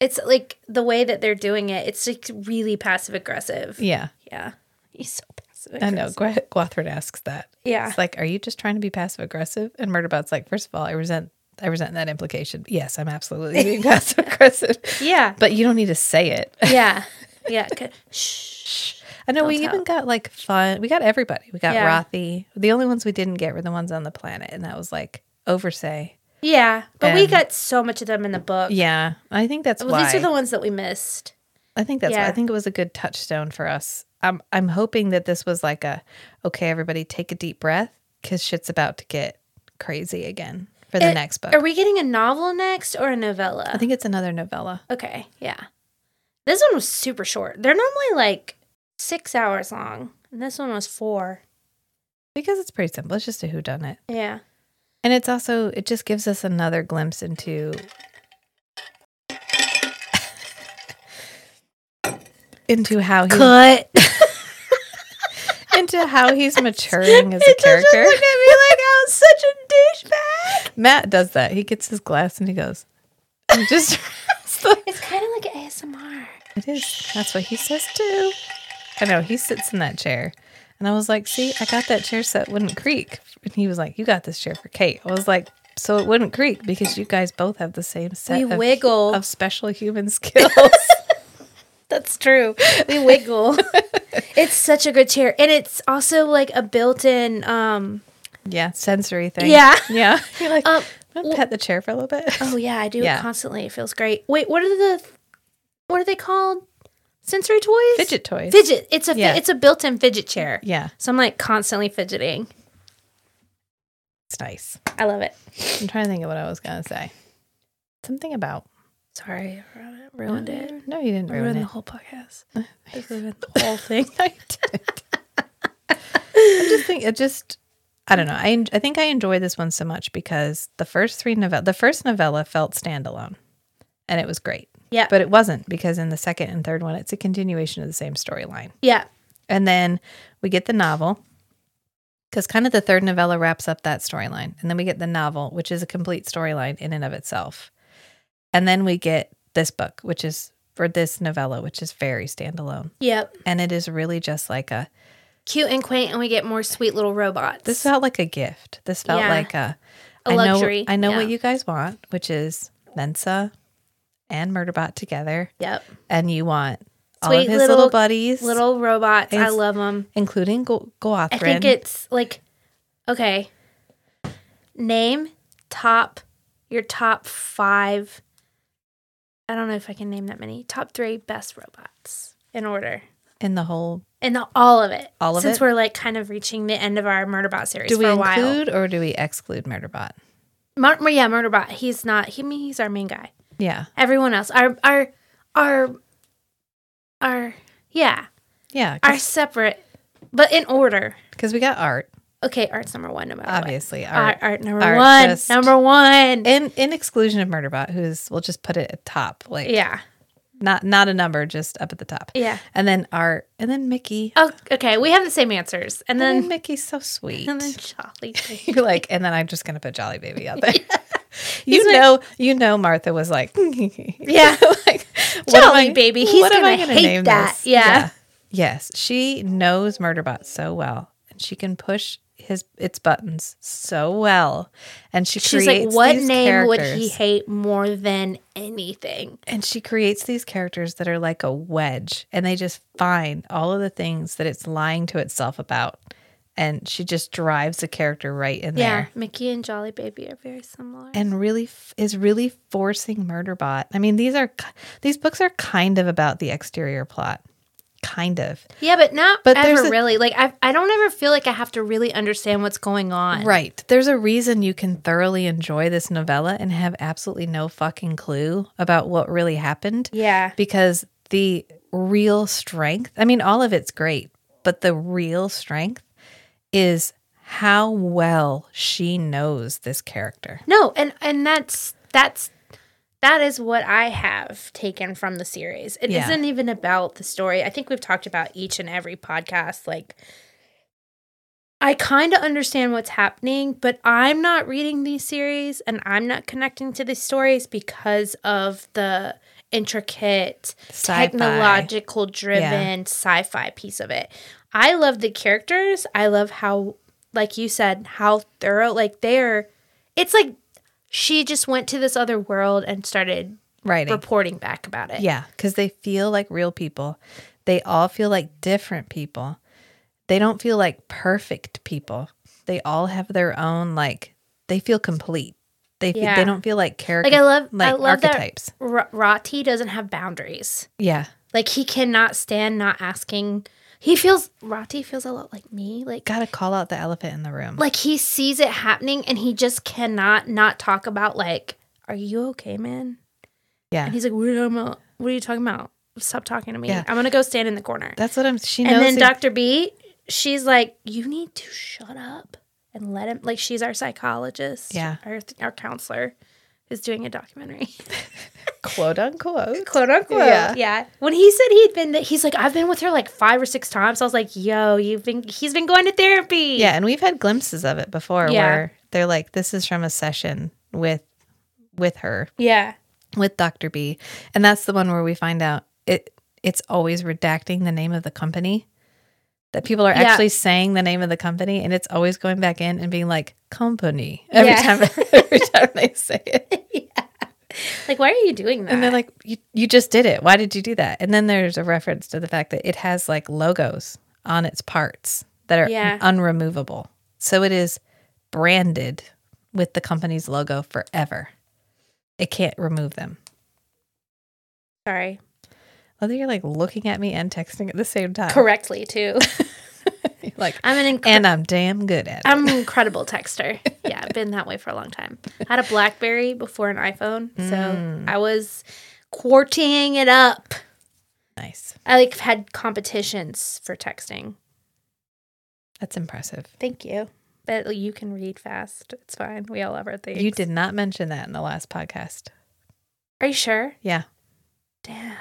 Speaker 2: It's like the way that they're doing it. It's like really passive aggressive.
Speaker 1: Yeah.
Speaker 2: Yeah. He's so passive
Speaker 1: I
Speaker 2: aggressive.
Speaker 1: know. Gwa- Guathard asks that.
Speaker 2: Yeah.
Speaker 1: It's like, are you just trying to be passive aggressive? And Murderbot's like, first of all, I resent I resent that implication. Yes, I'm absolutely
Speaker 2: [laughs]
Speaker 1: being passive aggressive.
Speaker 2: Yeah.
Speaker 1: But you don't need to say it.
Speaker 2: [laughs] Yeah. Yeah. c- Shh.
Speaker 1: I know we
Speaker 2: tell.
Speaker 1: even got like fun. We got everybody. We got
Speaker 2: Yeah.
Speaker 1: Rothy. The only ones we didn't get were the ones on the planet, and that was like Oversay.
Speaker 2: Yeah. But we
Speaker 1: And-
Speaker 2: got so much of them in the book.
Speaker 1: Yeah, I think that's
Speaker 2: Well,
Speaker 1: why.
Speaker 2: these are the ones that we missed.
Speaker 1: I think that's why.
Speaker 2: Yeah.
Speaker 1: I think it was a good touchstone for us. I'm I'm hoping that this was like a okay, everybody, take a deep breath because shit's about to get crazy again for the
Speaker 2: It-
Speaker 1: next book.
Speaker 2: Are we getting a novel next or a novella?
Speaker 1: I think it's another novella.
Speaker 2: Okay, yeah. This one was super short. They're normally like six hours long, and this one was four.
Speaker 1: because it's pretty simple. It's just a whodunit,
Speaker 2: Yeah.
Speaker 1: and it's also it just gives us another glimpse into into how he
Speaker 2: Cut.
Speaker 1: [laughs] into how he's
Speaker 2: [laughs]
Speaker 1: maturing as a character.
Speaker 2: look at me like I was such a douchebag.
Speaker 1: Matt does that. He gets his glass and he goes, "I'm
Speaker 2: [laughs]
Speaker 1: just." [laughs]
Speaker 2: It's kind of like ASMR.
Speaker 1: it is. That's what he says too. I know he sits in that chair, and I was like, "See, I got that chair so it wouldn't creak." And he was like, "You got this chair for Kate." I was like. So it wouldn't creak because you guys both have the same set
Speaker 2: We
Speaker 1: of-
Speaker 2: wiggle.
Speaker 1: of special human [laughs] skills.
Speaker 2: That's true. We [laughs] wiggle. it's such a good chair, and it's also like a built-in. um
Speaker 1: yeah, sensory thing.
Speaker 2: [laughs] Yeah.
Speaker 1: yeah. [laughs] You're like,
Speaker 2: Um,
Speaker 1: "I'm
Speaker 2: well-
Speaker 1: gonna pet the chair for a little bit.
Speaker 2: Oh yeah, I do
Speaker 1: Yeah.
Speaker 2: it constantly. It feels great. Wait, what are the? What are they called? Sensory toys.
Speaker 1: [laughs] Fidget toys.
Speaker 2: Fidget. It's a. fi-
Speaker 1: Yeah.
Speaker 2: It's a built-in fidget chair.
Speaker 1: Yeah,
Speaker 2: So I'm like constantly fidgeting.
Speaker 1: it's nice.
Speaker 2: I love it.
Speaker 1: I'm trying to think of what I was gonna say. Something about
Speaker 2: Sorry, I ru- ruined it.
Speaker 1: No, you didn't
Speaker 2: I
Speaker 1: ruin
Speaker 2: ruined the
Speaker 1: it.
Speaker 2: whole podcast. [laughs] I ruined the whole thing.
Speaker 1: No, you didn't. I just think it just. I don't know. I en- I think I enjoy this one so much because the first three novella, the first novella felt standalone, and it was great.
Speaker 2: Yeah.
Speaker 1: but it wasn't because in the second and third one, it's a continuation of the same storyline.
Speaker 2: [laughs] Yeah.
Speaker 1: And then we get the novel because kind of the third novella wraps up that storyline. And then we get the novel, which is a complete storyline in and of itself. And then we get this book, which is for this novella, which is very standalone.
Speaker 2: Yep.
Speaker 1: And it is really just like a,
Speaker 2: Cute and quaint, and we get more sweet little robots.
Speaker 1: this felt like a gift. This felt
Speaker 2: Yeah.
Speaker 1: like a,
Speaker 2: A
Speaker 1: I
Speaker 2: luxury,
Speaker 1: Know, I know what
Speaker 2: yeah.
Speaker 1: you guys want, which is Mensa and Murderbot together.
Speaker 2: yep.
Speaker 1: And you want all of
Speaker 2: Sweet
Speaker 1: his little,
Speaker 2: little-
Speaker 1: buddies,
Speaker 2: Little robots. I
Speaker 1: It's-
Speaker 2: love them.
Speaker 1: including Go- Goathrin.
Speaker 2: I think it's like, okay. Name top your top five. I don't know if I can name that many. Top three best robots in order.
Speaker 1: in the whole
Speaker 2: And the, all of it.
Speaker 1: All of
Speaker 2: Since
Speaker 1: it?
Speaker 2: we're like kind of reaching the end of our Murderbot series
Speaker 1: do we
Speaker 2: for a while.
Speaker 1: include or do we exclude Murderbot?
Speaker 2: Mar- Mar- yeah, Murderbot. He's not. He I mean, he's our main guy.
Speaker 1: Yeah,
Speaker 2: Everyone else, our our our our yeah,
Speaker 1: yeah,
Speaker 2: are separate, but in order.
Speaker 1: because we got art,
Speaker 2: Okay, art's number one. No matter
Speaker 1: obviously
Speaker 2: what. Art,
Speaker 1: art,
Speaker 2: art number
Speaker 1: Art
Speaker 2: one.
Speaker 1: just-
Speaker 2: number one.
Speaker 1: in in exclusion of Murderbot, who's we'll just put it at top, like
Speaker 2: yeah,
Speaker 1: not not a number, just up at the top.
Speaker 2: yeah.
Speaker 1: and then art, and then Mickey,
Speaker 2: Oh, okay. We have the same answers,
Speaker 1: and
Speaker 2: and then
Speaker 1: then Mickey's so sweet.
Speaker 2: and
Speaker 1: [laughs]
Speaker 2: then Charlie.
Speaker 1: You're like, and then I'm just gonna put Jolly Baby out there.
Speaker 2: [laughs]
Speaker 1: [laughs]
Speaker 2: He's
Speaker 1: You
Speaker 2: my-
Speaker 1: know, you know, Martha was like, [laughs]
Speaker 2: Yeah.
Speaker 1: like
Speaker 2: Jolly Baby, he's gonna hate that. Yeah.
Speaker 1: Yes, she knows Murderbot so well, and she can push his its buttons so well, and she
Speaker 2: She's like,
Speaker 1: creates
Speaker 2: what
Speaker 1: these
Speaker 2: name would he
Speaker 1: characters-
Speaker 2: hate more than anything?
Speaker 1: And she creates these characters that are like a wedge, and they just find all of the things that it's lying to itself about, and she just drives the character right in
Speaker 2: Yeah,
Speaker 1: there.
Speaker 2: Mickey and Jolly Baby are very similar.
Speaker 1: and really f- is really forcing Murderbot. I mean, these are ki- these books are kind of about the exterior plot, kind of
Speaker 2: Yeah, but not
Speaker 1: But there's
Speaker 2: ever
Speaker 1: a-
Speaker 2: really. Like I, I don't ever feel like I have to really understand what's going on.
Speaker 1: right. There's a reason you can thoroughly enjoy this novella and have absolutely no fucking clue about what really happened
Speaker 2: Yeah.
Speaker 1: because the real strength. I mean, all of it's great, but the real strength is how well she knows this character.
Speaker 2: No, and and that's that's that is what I have taken from the series. It
Speaker 1: Yeah.
Speaker 2: not even about the story. I think we've talked about each and every podcast like I kind of understand what's happening, but I'm not reading these series and I'm not connecting to these stories because of the intricate,
Speaker 1: Sci-fi.
Speaker 2: technological driven sci fi piece of it. I love the characters. I love how, like you said, how thorough, like they're, it's like she just went to this other world and started
Speaker 1: writing.
Speaker 2: reporting back about it.
Speaker 1: Yeah, because they feel like real people. They all feel like different people. They don't feel like perfect people. They all have their own like. They feel complete. They feel,
Speaker 2: Yeah.
Speaker 1: they don't feel like character.
Speaker 2: Like I love, I
Speaker 1: like
Speaker 2: love
Speaker 1: archetypes.
Speaker 2: that R- Rati doesn't have boundaries.
Speaker 1: Yeah,
Speaker 2: Like he cannot stand not asking. He feels Rati feels a lot like me. Like
Speaker 1: gotta call out the elephant in the room.
Speaker 2: like he sees it happening and he just cannot not talk about like, are you okay, man?
Speaker 1: yeah,
Speaker 2: And he's like, what are you talking about? What are you talking about? Stop talking to me.
Speaker 1: Yeah.
Speaker 2: I'm gonna go stand in the corner.
Speaker 1: that's what I'm. She knows.
Speaker 2: and then
Speaker 1: it-
Speaker 2: Dr. B, she's like, you need to shut up and let him. Like she's our psychologist.
Speaker 1: Yeah.
Speaker 2: Our our counselor is doing a documentary.
Speaker 1: quote unquote.
Speaker 2: quote
Speaker 1: [laughs]
Speaker 2: unquote.
Speaker 1: Yeah.
Speaker 2: Yeah. When he said he'd been, he's like, I've been with her like five or six times. I was like, yo, you've been, he's been going to therapy.
Speaker 1: Yeah, and we've had glimpses of it before
Speaker 2: Yeah.
Speaker 1: where they're like, "This is from a session with with her."
Speaker 2: Yeah.
Speaker 1: with Dr. B. And that's the one where we find out it it's always redacting the name of the company. That people are
Speaker 2: Yeah.
Speaker 1: actually saying the name of the company and it's always going back in and being like company every
Speaker 2: Yeah.
Speaker 1: time [laughs] every time they say
Speaker 2: [laughs]
Speaker 1: it.
Speaker 2: Like, why are you doing that?
Speaker 1: And they're like, you, you just did it. Why did you do that? And then there's a reference to the fact that it has like logos on its parts that are
Speaker 2: Yeah.
Speaker 1: unremovable. So it is branded with the company's logo forever. It can't remove them.
Speaker 2: sorry.
Speaker 1: Whether you're like looking at me and texting at the same time.
Speaker 2: Correctly, too.
Speaker 1: You're [laughs] like,
Speaker 2: [laughs] I'm an
Speaker 1: [laughs]
Speaker 2: incredible.
Speaker 1: and I'm damn good at it.
Speaker 2: I'm an incredible texter. Yeah, I've been that way for a long time. I had a BlackBerry before an iPhone, so
Speaker 1: Mm.
Speaker 2: I was quartying it up.
Speaker 1: nice.
Speaker 2: I like had competitions for texting.
Speaker 1: That's impressive.
Speaker 2: Thank you. But you can read fast. It's fine. We all have our things.
Speaker 1: You did not mention that in the last podcast.
Speaker 2: Are you sure?
Speaker 1: Yeah.
Speaker 2: Damn.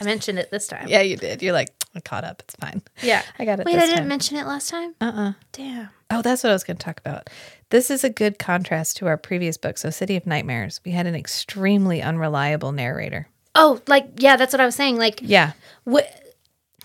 Speaker 2: I mentioned it this time.
Speaker 1: Yeah, you did. You're like, I caught up. It's fine.
Speaker 2: Yeah.
Speaker 1: I got it.
Speaker 2: Wait,
Speaker 1: this
Speaker 2: I didn't
Speaker 1: time.
Speaker 2: mention it last time?
Speaker 1: Uh-uh.
Speaker 2: Damn.
Speaker 1: Oh, that's what I was going to talk about. This is a good contrast to our previous book. So, City of Nightmares, we had an extremely unreliable narrator.
Speaker 2: Oh, like, yeah, that's what I was saying. Like,
Speaker 1: Yeah.
Speaker 2: what?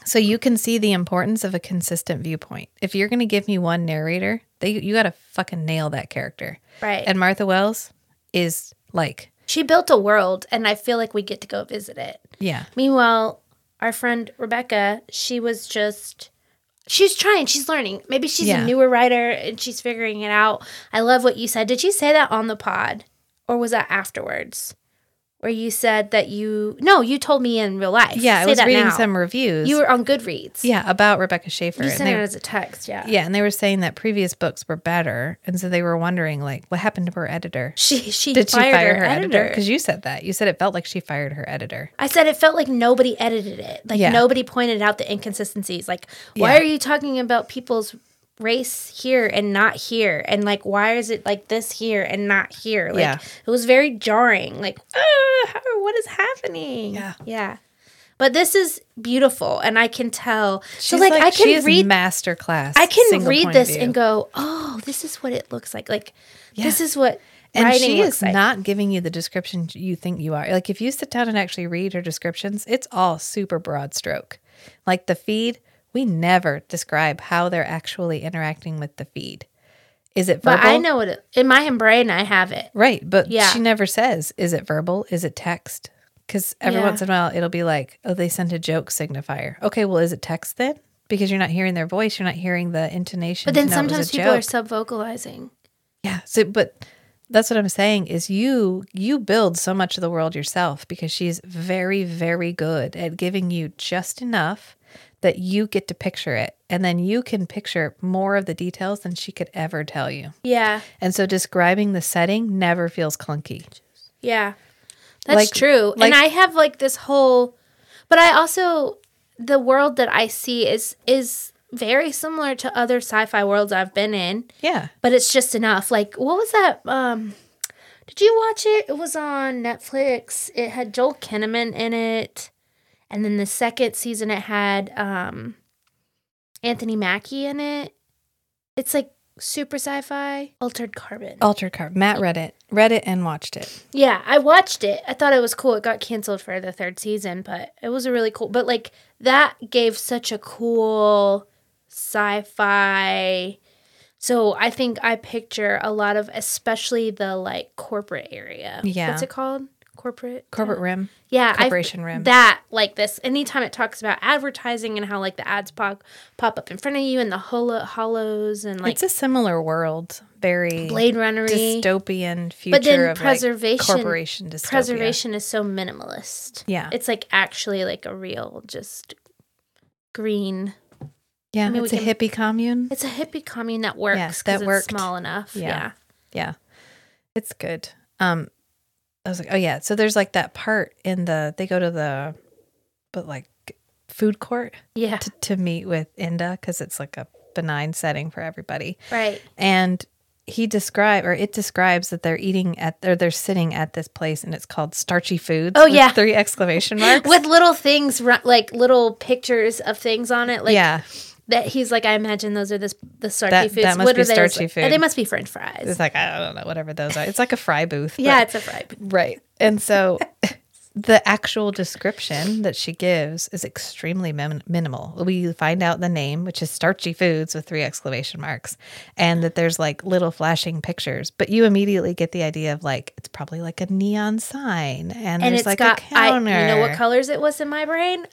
Speaker 1: So, you can see the importance of a consistent viewpoint. If you're going to give me one narrator, they, you got to fucking nail that character.
Speaker 2: Right.
Speaker 1: And Martha Wells is like,
Speaker 2: she built a world, and I feel like we get to go visit it.
Speaker 1: yeah.
Speaker 2: Meanwhile, our friend Rebecca, she was just she's trying, she's learning. Maybe she's
Speaker 1: Yeah.
Speaker 2: a newer writer and she's figuring it out. I love what you said. Did you say that on the pod or was that afterwards? Where you said that you no, you told me in real life.
Speaker 1: Yeah, I
Speaker 2: Say
Speaker 1: was
Speaker 2: that
Speaker 1: reading
Speaker 2: now.
Speaker 1: some reviews.
Speaker 2: You were on Goodreads.
Speaker 1: yeah, about Rebecca Schaefer.
Speaker 2: You
Speaker 1: and
Speaker 2: sent
Speaker 1: they-
Speaker 2: it as a text, yeah.
Speaker 1: yeah, and they were saying that previous books were better, and so they were wondering like what happened to her editor.
Speaker 2: She she
Speaker 1: Did she
Speaker 2: fired
Speaker 1: fire
Speaker 2: her, editor.
Speaker 1: Because you said that. You said it felt like she fired her editor.
Speaker 2: I said it felt like nobody edited it. Like
Speaker 1: Yeah.
Speaker 2: nobody pointed out the inconsistencies. Like, why
Speaker 1: Yeah.
Speaker 2: are you talking about people's race here and not here? And like, why is it like this here and not here? Like,
Speaker 1: Yeah.
Speaker 2: it was very jarring. Like, ah, how, what is happening?
Speaker 1: Yeah.
Speaker 2: Yeah. But this is beautiful. And I can tell. so,
Speaker 1: She's
Speaker 2: like, I
Speaker 1: she
Speaker 2: can
Speaker 1: is
Speaker 2: read.
Speaker 1: master class.
Speaker 2: I can
Speaker 1: single
Speaker 2: read
Speaker 1: point of
Speaker 2: this
Speaker 1: view.
Speaker 2: and go, oh, this is what it looks like. Like, this
Speaker 1: Yeah.
Speaker 2: is what
Speaker 1: And
Speaker 2: writing
Speaker 1: she
Speaker 2: looks
Speaker 1: is
Speaker 2: like.
Speaker 1: not giving you the description you think you are. Like if you sit down and actually read her descriptions, it's all super broad stroke. Like the feed, we never describe how they're actually interacting with the feed. Is it verbal?
Speaker 2: But I know what it, in my brain I have it.
Speaker 1: Right, but
Speaker 2: Yeah.
Speaker 1: she never says is it verbal? Is it text? Because every
Speaker 2: Yeah.
Speaker 1: once in a while it'll be like, oh, they sent a joke signifier. Okay, well, is it text then? Because you're not hearing their voice, you're not hearing the intonation.
Speaker 2: But then
Speaker 1: to know it was
Speaker 2: sometimes
Speaker 1: a
Speaker 2: people are
Speaker 1: joke.
Speaker 2: sub vocalizing.
Speaker 1: yeah. So, but that's what I'm saying is you you build so much of the world yourself because she's very very good at giving you just enough that you get to picture it, and then you can picture more of the details than she could ever tell you.
Speaker 2: Yeah,
Speaker 1: And so describing the setting never feels clunky.
Speaker 2: yeah. That's
Speaker 1: Like-
Speaker 2: true.
Speaker 1: like-
Speaker 2: and I have like this whole but I also the world that I see is is very similar to other sci-fi worlds I've been in,
Speaker 1: Yeah.
Speaker 2: but it's just enough. Like what was that um did you watch it? It was on Netflix. It had Joel Kinnaman in it. And then the second season it had um Anthony Mackie in it. It's like Super Sci-Fi, Altered Carbon.
Speaker 1: Altered Carbon. Matt read it, read it, and watched it.
Speaker 2: Yeah, I watched it. I thought it was cool. It got canceled for the third season, but it was a really cool. But like that gave such a cool sci-fi. So I think I picture a lot of, especially the like corporate area.
Speaker 1: Yeah.
Speaker 2: what's it called? Corporate.
Speaker 1: Corporate Rim.
Speaker 2: Yeah, I-
Speaker 1: Corporation Rim.
Speaker 2: That like this. Anytime it talks about advertising and how like the ads pop pop up in front of you and the hollow hollows and like
Speaker 1: it's a similar world, very
Speaker 2: Blade Runner.
Speaker 1: dystopian future.
Speaker 2: But then
Speaker 1: of, like,
Speaker 2: preservation-
Speaker 1: corporation dystopia.
Speaker 2: preservation is so minimalist.
Speaker 1: Yeah.
Speaker 2: It's like actually like a real just green.
Speaker 1: Yeah,
Speaker 2: mean, we
Speaker 1: it's a
Speaker 2: can-
Speaker 1: hippie commune.
Speaker 2: It's a hippie commune that works
Speaker 1: Yes,
Speaker 2: 'cause
Speaker 1: that
Speaker 2: it's
Speaker 1: worked.
Speaker 2: small enough.
Speaker 1: Yeah.
Speaker 2: Yeah.
Speaker 1: Yeah, it's good. Um, I was like, oh yeah. So there's like that part in the they go to the, but like food court
Speaker 2: Yeah.
Speaker 1: to, to meet with Inda because it's like a benign setting for everybody.
Speaker 2: right.
Speaker 1: and he describe or it describes that they're eating at or they're sitting at this place and it's called starchy foods
Speaker 2: Oh,
Speaker 1: with
Speaker 2: yeah.
Speaker 1: three exclamation marks
Speaker 2: [laughs] With little things ru- like little pictures of things on it like
Speaker 1: yeah
Speaker 2: that he's like I imagine those are this the starchy
Speaker 1: That-
Speaker 2: foods.
Speaker 1: that must be
Speaker 2: are they? It's
Speaker 1: starchy
Speaker 2: like-
Speaker 1: food.
Speaker 2: They must be french fries.
Speaker 1: it's like i don't know whatever those are it's like a fry booth but-
Speaker 2: yeah, it's a fry.
Speaker 1: right and so [laughs] the actual description that she gives is extremely min- minimal we find out the name which is starchy foods with three exclamation marks and that there's like little flashing pictures but you immediately get the idea of like it's probably like a neon sign and,
Speaker 2: and
Speaker 1: there's
Speaker 2: it's
Speaker 1: like
Speaker 2: got
Speaker 1: a
Speaker 2: I,
Speaker 1: counter
Speaker 2: you know what colors it was in my brain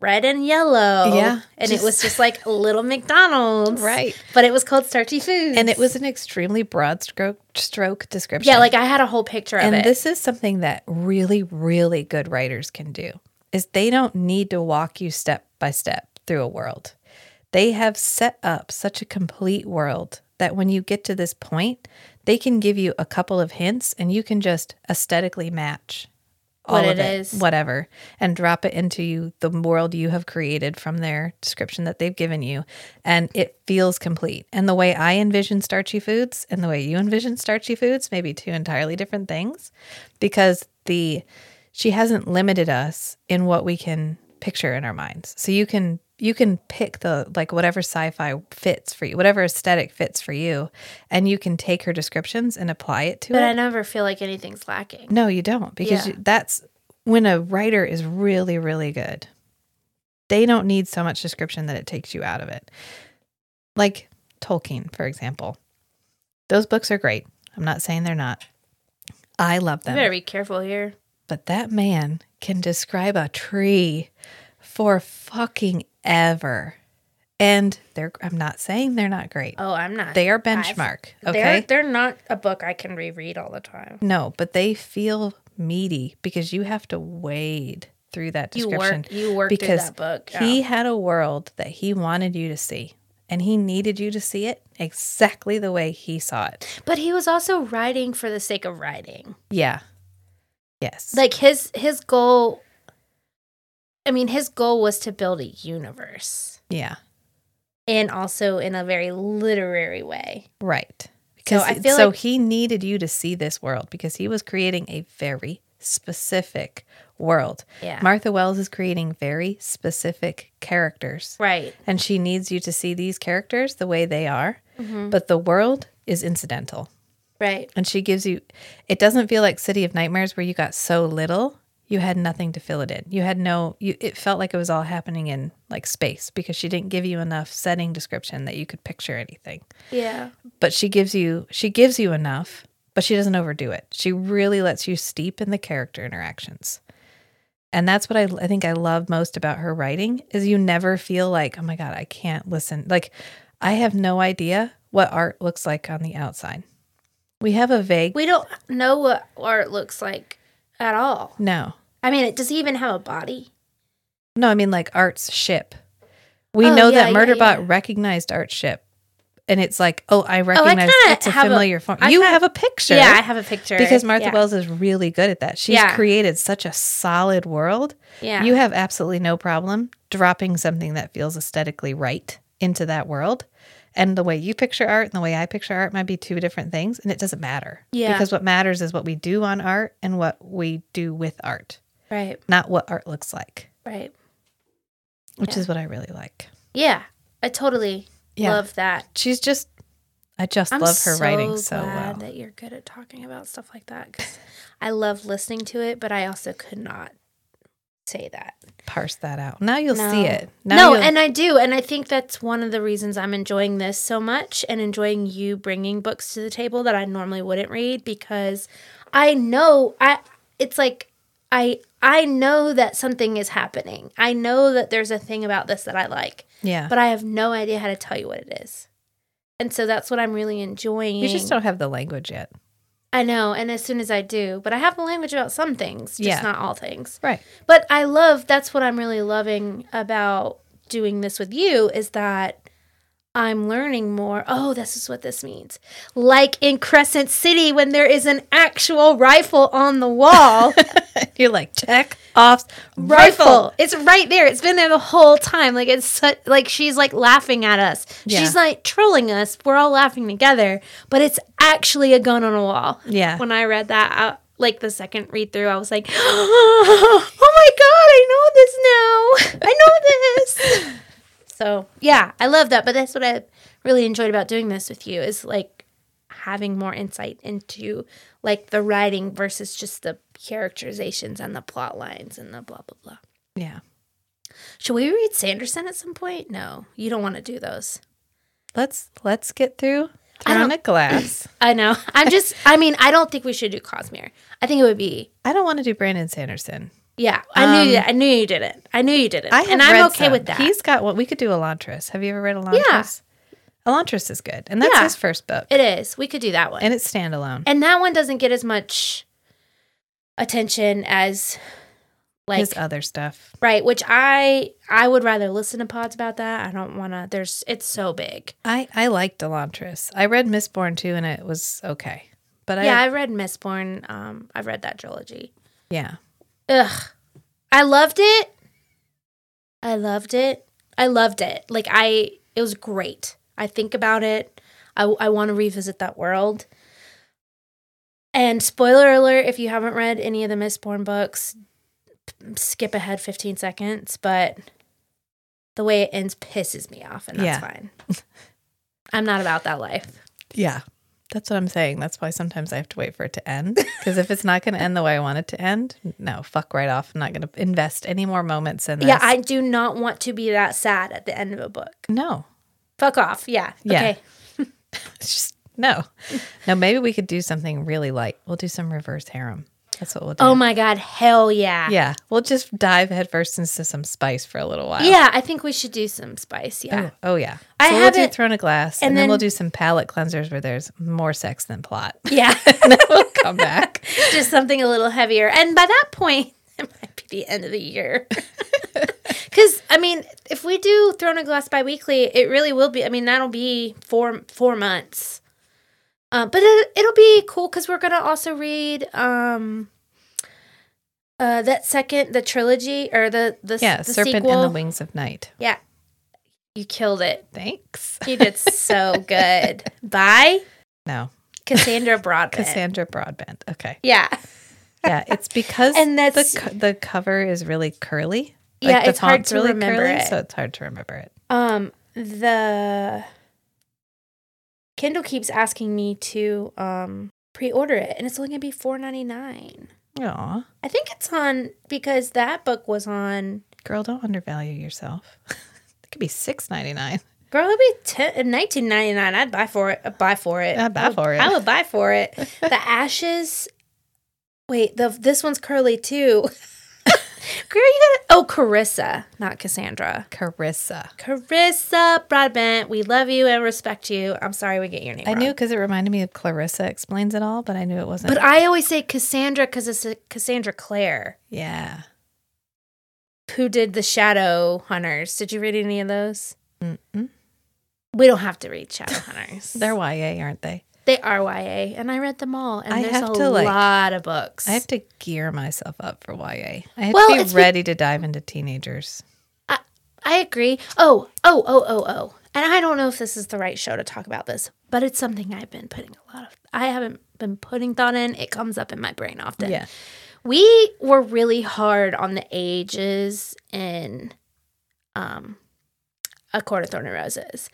Speaker 2: red and yellow
Speaker 1: Yeah,
Speaker 2: and
Speaker 1: just-
Speaker 2: it was just like
Speaker 1: [laughs]
Speaker 2: little mcdonald's
Speaker 1: Right.
Speaker 2: but it was called starchy foods
Speaker 1: and it was an extremely broad stroke stroke description.
Speaker 2: yeah like i had a whole picture of
Speaker 1: and
Speaker 2: it
Speaker 1: this is something that really, really good writers can do is they don't need to walk you step by step through a world. They have set up such a complete world that when you get to this point, they can give you a couple of hints and you can just aesthetically match all
Speaker 2: What
Speaker 1: of
Speaker 2: it
Speaker 1: it,
Speaker 2: is.
Speaker 1: whatever, and drop it into you, the world you have created from their description that they've given you. And it feels complete. And the way I envision starchy foods and the way you envision starchy foods may be two entirely different things because the she hasn't limited us in what we can picture in our minds. So you can you can pick the like whatever sci-fi fits for you, whatever aesthetic fits for you, and you can take her descriptions and apply it to
Speaker 2: but
Speaker 1: it.
Speaker 2: i never feel like anything's lacking
Speaker 1: No, you don't, because
Speaker 2: Yeah.
Speaker 1: you, that's when a writer is really, really good. They don't need so much description that it takes you out of it. Like Tolkien, for example. Those books are great. I'm not saying they're not. I love
Speaker 2: you
Speaker 1: them.
Speaker 2: better be careful here
Speaker 1: But that man can describe a tree for fucking ever. And they're I'm not saying they're not great.
Speaker 2: oh i'm not
Speaker 1: They are benchmark.
Speaker 2: I've-
Speaker 1: okay.
Speaker 2: they're, they're not a book i can reread all the time
Speaker 1: No, but they feel meaty because you have to wade through that
Speaker 2: you
Speaker 1: description.
Speaker 2: work you work through
Speaker 1: because
Speaker 2: that book
Speaker 1: He
Speaker 2: Yeah.
Speaker 1: had a world that he wanted you to see, and he needed you to see it exactly the way he saw it.
Speaker 2: but he was also writing for the sake of writing
Speaker 1: Yeah. Yes.
Speaker 2: like his his goal i mean his goal was to build a universe
Speaker 1: yeah.
Speaker 2: and also in a very literary way
Speaker 1: Right. Because so,
Speaker 2: I feel like-
Speaker 1: he needed you to see this world because he was creating a very specific world.
Speaker 2: yeah
Speaker 1: Martha Wells is creating very specific characters.
Speaker 2: right
Speaker 1: And she needs you to see these characters the way they are.
Speaker 2: Mhm.
Speaker 1: But the world is incidental.
Speaker 2: right
Speaker 1: And she gives you, it doesn't feel like City of Nightmares where you got so little, you had nothing to fill it in. You had no, you, it felt like it was all happening in like space because she didn't give you enough setting description that you could picture anything.
Speaker 2: yeah
Speaker 1: But she gives you, she gives you enough, but she doesn't overdo it. She really lets you steep in the character interactions. And that's what I, I think I love most about her writing is you never feel like, oh my God, I can't listen. Like I have no idea what art looks like on the outside. We have a vague
Speaker 2: we don't know what art looks like at all
Speaker 1: No.
Speaker 2: i mean it does he even have a body
Speaker 1: No, I mean like Art's ship. We
Speaker 2: Oh,
Speaker 1: know
Speaker 2: yeah,
Speaker 1: that
Speaker 2: yeah,
Speaker 1: Murderbot
Speaker 2: yeah.
Speaker 1: recognized Art's ship. And it's like, oh, I recognize
Speaker 2: kinda
Speaker 1: it's a
Speaker 2: have a-
Speaker 1: familiar form.
Speaker 2: I
Speaker 1: you
Speaker 2: kinda-
Speaker 1: have a picture.
Speaker 2: yeah i have a picture
Speaker 1: Because Martha
Speaker 2: yeah.
Speaker 1: Wells is really good at that. She's
Speaker 2: Yeah.
Speaker 1: created such a solid world.
Speaker 2: yeah
Speaker 1: You have absolutely no problem dropping something that feels aesthetically right into that world. And the way you picture art and the way I picture art might be two different things, and it doesn't matter.
Speaker 2: Yeah.
Speaker 1: Because what matters is what we do on art and what we do with art,
Speaker 2: right
Speaker 1: not what art looks like
Speaker 2: right
Speaker 1: which
Speaker 2: Yeah.
Speaker 1: is what I really like.
Speaker 2: yeah i totally
Speaker 1: Yeah.
Speaker 2: love that
Speaker 1: She's just I just love her writing so
Speaker 2: glad
Speaker 1: well.
Speaker 2: That you're good at talking about stuff like that 'cause I love listening to it, but I also could not say that.
Speaker 1: Parse that out. Now you'll
Speaker 2: No.
Speaker 1: see it. Now
Speaker 2: no,
Speaker 1: you'll-
Speaker 2: and I do, and I think that's one of the reasons I'm enjoying this so much and enjoying you bringing books to the table that I normally wouldn't read because I know I it's like I I know that something is happening. I know that there's a thing about this that I like,
Speaker 1: yeah,
Speaker 2: but I have no idea how to tell you what it is. And so that's what I'm really enjoying.
Speaker 1: you just don't have the language yet,
Speaker 2: I know, and as soon as I do, but I have a language about some things, just
Speaker 1: Yeah.
Speaker 2: not all things.
Speaker 1: right?
Speaker 2: But I love that's what I'm really loving about doing this with you is that I'm learning more. Oh, this is what this means. Like in Crescent City when there is an actual rifle on
Speaker 1: [laughs]
Speaker 2: the wall.
Speaker 1: You're like check off
Speaker 2: rifle. It's right there. It's been there the whole time. Like it's su- like she's like laughing at us.
Speaker 1: Yeah.
Speaker 2: She's like trolling us. We're all laughing together, but it's actually a gun on a wall.
Speaker 1: Yeah.
Speaker 2: When I read that out like the second read through, I was like, [gasps] "Oh my god, I know this now. I know this." [laughs] so, yeah, I love that, but that's what I really enjoyed about doing this with you is like having more insight into like the writing versus just the characterizations and the plot lines and the blah blah blah.
Speaker 1: Yeah,
Speaker 2: Should we read Sanderson at some point? No, you don't want to do those.
Speaker 1: let's let's get through.
Speaker 2: I
Speaker 1: Throne
Speaker 2: don't-
Speaker 1: of glass.
Speaker 2: I know. I'm [laughs] just. I mean, I don't think we should do Cosmere. [clears throat] I think it would be.
Speaker 1: I don't want to do Brandon Sanderson.
Speaker 2: Yeah, I knew. I knew you did it. I knew you did it.
Speaker 1: Um, I have
Speaker 2: and I'm
Speaker 1: read
Speaker 2: okay
Speaker 1: some.
Speaker 2: with that.
Speaker 1: He's got what we could do. Elantris. Have you ever read Elantris? Yeah. Elantris is good, and that's
Speaker 2: Yeah.
Speaker 1: his first book,
Speaker 2: it is. We could do that one. And,
Speaker 1: and it's standalone.
Speaker 2: that one doesn't get as much attention as like
Speaker 1: his other stuff.
Speaker 2: right, which I I would rather listen to pods about that. I don't want to. There's. It's so big.
Speaker 1: I I liked Elantris. I read Mistborn too, and it was okay. But I
Speaker 2: yeah, I've read Mistborn. Um, I've read that trilogy.
Speaker 1: yeah.
Speaker 2: Ugh. I loved it. I loved it. I loved it. Like I it was great. I think about it. I I want to revisit that world. And spoiler alert if you haven't read any of the Mistborn books, p- skip ahead 15 seconds, but the way it ends pisses me off and that's
Speaker 1: Yeah.
Speaker 2: fine. [laughs] I'm not about that life.
Speaker 1: Yeah. That's what I'm saying. That's why sometimes I have to wait for it to end. [laughs] Because if it's not going to end the way I want it to end, no, fuck right off. I'm not going to invest any more moments in this.
Speaker 2: Yeah, I do not want to be that sad at the end of a book.
Speaker 1: no,
Speaker 2: Fuck off. Yeah.
Speaker 1: Yeah.
Speaker 2: Okay.
Speaker 1: it's just no. [laughs] No, maybe we could do something really light. We'll do some reverse harem. That's what we'll do.
Speaker 2: Oh my god, hell yeah.
Speaker 1: yeah, we'll just dive headfirst into some spice for a little while.
Speaker 2: Yeah, I think we should do some spice. Yeah.
Speaker 1: Oh, oh, yeah. So
Speaker 2: I
Speaker 1: we'll do
Speaker 2: haven't-
Speaker 1: Throne of Glass, and,
Speaker 2: and
Speaker 1: then, we'll
Speaker 2: then-
Speaker 1: do some palate cleansers where there's more sex than plot.
Speaker 2: [laughs]
Speaker 1: [laughs]
Speaker 2: Yeah. [laughs]
Speaker 1: and then we'll come back.
Speaker 2: Just something a little heavier. And by that point, [laughs] it might be the end of
Speaker 1: [laughs]
Speaker 2: the year. Cuz I mean, if we do Throne of Glass biweekly, it really will be I mean, that'll be 4 4 months. Uh, but it, it'll be cool cuz we're going to also read um uh, that second, the trilogy or the the,
Speaker 1: Yeah,
Speaker 2: the
Speaker 1: Serpent
Speaker 2: sequel.
Speaker 1: and the Wings of Night.
Speaker 2: Yeah, you killed it.
Speaker 1: Thanks.
Speaker 2: You did so good. Bye,
Speaker 1: No,
Speaker 2: Cassandra
Speaker 1: [laughs]
Speaker 2: Broadbent.
Speaker 1: [laughs] Cassandra Broadbent. Okay.
Speaker 2: Yeah.
Speaker 1: yeah, it's because
Speaker 2: And that's-
Speaker 1: the co- the cover is really curly.
Speaker 2: Yeah,
Speaker 1: the
Speaker 2: it's hard
Speaker 1: font's
Speaker 2: to remember it.
Speaker 1: so it's hard to remember it.
Speaker 2: Um the Kindle keeps asking me to um pre-order it and it's only going to be 4.99.
Speaker 1: Aw,
Speaker 2: I think it's on because that book was on
Speaker 1: girl, don't undervalue yourself. [laughs] it could be six ninety nine.
Speaker 2: Girl, it'd be ten, 19.99. I'd buy for it. I'd buy for it.
Speaker 1: I'd buy
Speaker 2: I would-
Speaker 1: for it.
Speaker 2: I would buy for it. the ashes. Wait, the this one's curly too. [laughs] Girl, you gotta. Oh, Carissa, not Cassandra.
Speaker 1: [laughs] Carissa.
Speaker 2: Carissa Broadbent, we love you and respect you. I'm sorry we get your name.
Speaker 1: I
Speaker 2: wrong.
Speaker 1: knew because it reminded me of Clarissa explains it all, but I knew it wasn't.
Speaker 2: But I always say Cassandra because it's a Cassandra Clare
Speaker 1: yeah,
Speaker 2: who did the Shadow Hunters. Did you read any of those?
Speaker 1: Mm-mm.
Speaker 2: We don't have to read [laughs] Shadow Hunters.
Speaker 1: they're YA, aren't they?
Speaker 2: they are YA, and I read them all. And
Speaker 1: I
Speaker 2: there's
Speaker 1: have
Speaker 2: a
Speaker 1: to, like-
Speaker 2: lot of books.
Speaker 1: I have to gear myself up for YA. I have
Speaker 2: Well,
Speaker 1: to
Speaker 2: it's
Speaker 1: be
Speaker 2: be-
Speaker 1: ready to dive into teenagers.
Speaker 2: I agree. Oh, oh, oh, oh, oh. And I don't know if this is the right show to talk about this, but it's something I've been putting a lot of. I haven't been putting thought in. It comes up in my brain often.
Speaker 1: Yeah.
Speaker 2: we were really hard on the ages in um A Court of Thorns and Roses.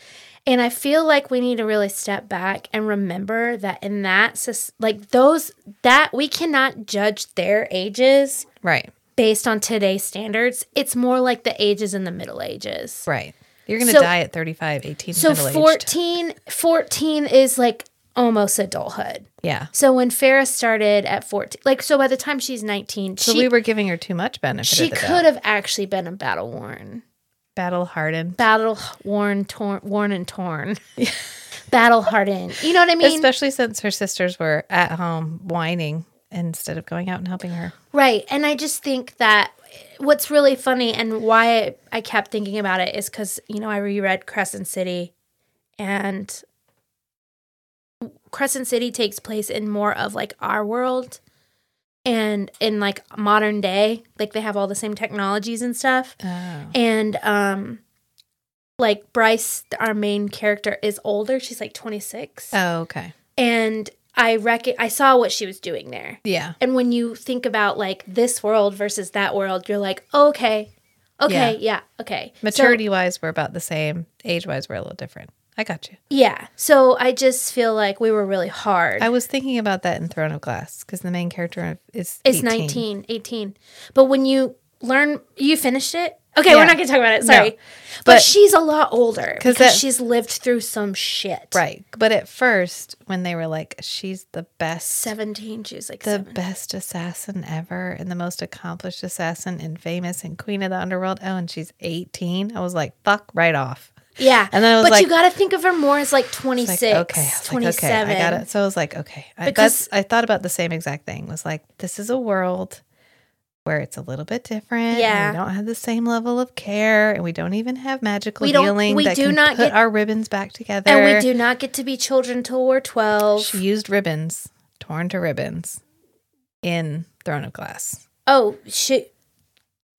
Speaker 2: And I feel like we need to really step back and remember that in that, sus- like those, that we cannot judge their ages
Speaker 1: Right.
Speaker 2: based on today's standards. It's more like the ages in the Middle Ages.
Speaker 1: Right. You're going to
Speaker 2: So-
Speaker 1: die at 35, 18,
Speaker 2: So
Speaker 1: middle-aged.
Speaker 2: 14, 14 is like almost adulthood.
Speaker 1: Yeah.
Speaker 2: So when Farah started at 14, like, so by the time she's 19,
Speaker 1: So
Speaker 2: she,
Speaker 1: we were giving her too much benefit.
Speaker 2: she
Speaker 1: of the
Speaker 2: could
Speaker 1: doubt.
Speaker 2: have actually been a battle worn,
Speaker 1: battle hardened,
Speaker 2: battle worn, torn, worn and torn, [laughs] battle hardened. You know what I mean?
Speaker 1: especially since her sisters were at home whining instead of going out and helping her.
Speaker 2: Right. And I just think that what's really funny and why I kept thinking about it is because, you know, I reread Crescent City and Crescent City takes place in more of like our world and in like modern day. Like they have all the same technologies and stuff.
Speaker 1: Oh.
Speaker 2: And, um, like Bryce, our main character, is older. She's like 26.
Speaker 1: Oh. okay.
Speaker 2: And I reckon I saw what she was doing there.
Speaker 1: Yeah.
Speaker 2: And when you think about like this world versus that world, you're like, oh, okay, okay, yeah, okay. So-
Speaker 1: Maturity wise, we're about the same. Age wise, we're a little different. I got you.
Speaker 2: yeah. So I just feel like we were really hard.
Speaker 1: I was thinking about that in Throne of Glass because the main character is 18.
Speaker 2: it's 19, 18. But when you learn, you finished it. Okay, we're
Speaker 1: Yeah.
Speaker 2: not going to talk about it. Sorry. but,
Speaker 1: But-
Speaker 2: she's a lot older
Speaker 1: 'Cause
Speaker 2: because
Speaker 1: that-
Speaker 2: she's lived through some shit.
Speaker 1: Right. But at first, when they were like, she's the best
Speaker 2: 17, she was like,
Speaker 1: the
Speaker 2: seven.
Speaker 1: best assassin ever and the most accomplished assassin and famous and queen of the underworld. Oh, and she's 18. I was like, fuck right off.
Speaker 2: yeah.
Speaker 1: and then I was
Speaker 2: but you
Speaker 1: like-
Speaker 2: got to think of her more as like 26,
Speaker 1: It's like, okay, I was like,
Speaker 2: 27.
Speaker 1: okay, I got it. So I was like, okay, because
Speaker 2: Because-
Speaker 1: I, thought about the same exact thing. Was like, this is a world where it's a little bit different. and
Speaker 2: Yeah.
Speaker 1: we don't have the same level of care, and we don't even have magical
Speaker 2: We don't-
Speaker 1: healing.
Speaker 2: we
Speaker 1: that
Speaker 2: do
Speaker 1: can
Speaker 2: not
Speaker 1: put
Speaker 2: get-
Speaker 1: our ribbons back together.
Speaker 2: And we do not get to be children till we're 12.
Speaker 1: She used ribbons, torn to ribbons, in Throne of Glass,
Speaker 2: oh shit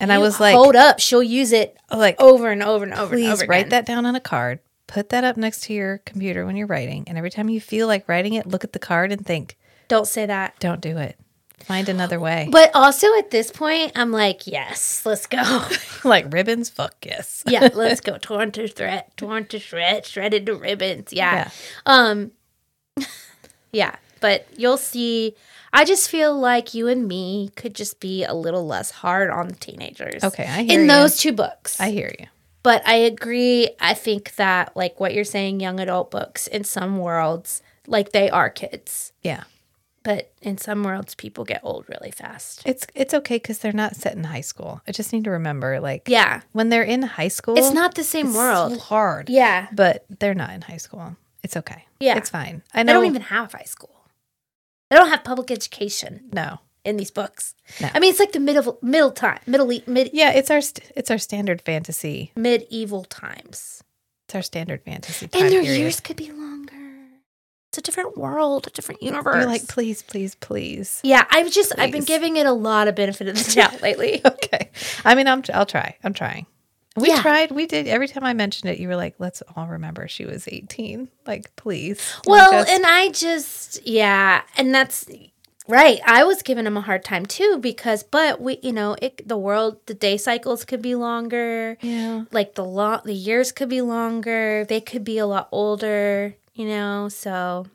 Speaker 1: and I
Speaker 2: you
Speaker 1: was like,
Speaker 2: hold up she'll use it
Speaker 1: like
Speaker 2: over and over and over
Speaker 1: please
Speaker 2: and over
Speaker 1: write
Speaker 2: again.
Speaker 1: that down on a card put that up next to your computer when you're writing and every time you feel like writing it look at the card and think
Speaker 2: don't say that
Speaker 1: don't do it find another way
Speaker 2: but also at this point i'm like yes let's go [laughs]
Speaker 1: like ribbons fuck yes
Speaker 2: yeah let's go torn to thread torn to shred shredded to ribbons yeah,
Speaker 1: Yeah.
Speaker 2: um [laughs] yeah but you'll see i just feel like you and me could just be a little less hard on the teenagers
Speaker 1: okay i hear
Speaker 2: in
Speaker 1: you.
Speaker 2: those two books
Speaker 1: i hear you
Speaker 2: But I agree. I think that, like what you're saying, young adult books in some worlds, like they are kids,
Speaker 1: yeah
Speaker 2: but in some worlds, people get old really fast.
Speaker 1: it's it's okay because they're not set in high school i just need to remember like
Speaker 2: Yeah.
Speaker 1: when they're in high school
Speaker 2: It's not the same
Speaker 1: it's
Speaker 2: world.
Speaker 1: hard
Speaker 2: Yeah.
Speaker 1: but they're not in high school it's okay
Speaker 2: Yeah.
Speaker 1: it's fine i
Speaker 2: They
Speaker 1: know
Speaker 2: don't even have high school, they don't have public education
Speaker 1: no
Speaker 2: in these books.
Speaker 1: No.
Speaker 2: I mean, it's like the middle, middle time, middle, e- mid,
Speaker 1: yeah it's our st- it's our standard fantasy
Speaker 2: medieval times.
Speaker 1: it's our standard fantasy time
Speaker 2: And their
Speaker 1: period.
Speaker 2: years could be longer. It's a different world, a different universe.
Speaker 1: You're like, please, please,
Speaker 2: [laughs]
Speaker 1: please. [laughs]
Speaker 2: yeah, I've just, I've been
Speaker 1: Please.
Speaker 2: giving it a lot of benefit of the doubt [laughs] lately.
Speaker 1: Okay. I mean, I'm. I'll try. I'm trying. We
Speaker 2: Yeah.
Speaker 1: tried. We did. Every time I mentioned it, you were like, let's all remember she was 18. Like, please. We
Speaker 2: Well,
Speaker 1: just-
Speaker 2: and I just yeah, and that's right. I was giving him a hard time too because but we you know, it the world the day cycles could be longer.
Speaker 1: yeah.
Speaker 2: Like the long the years could be longer. They could be a lot older, you know, so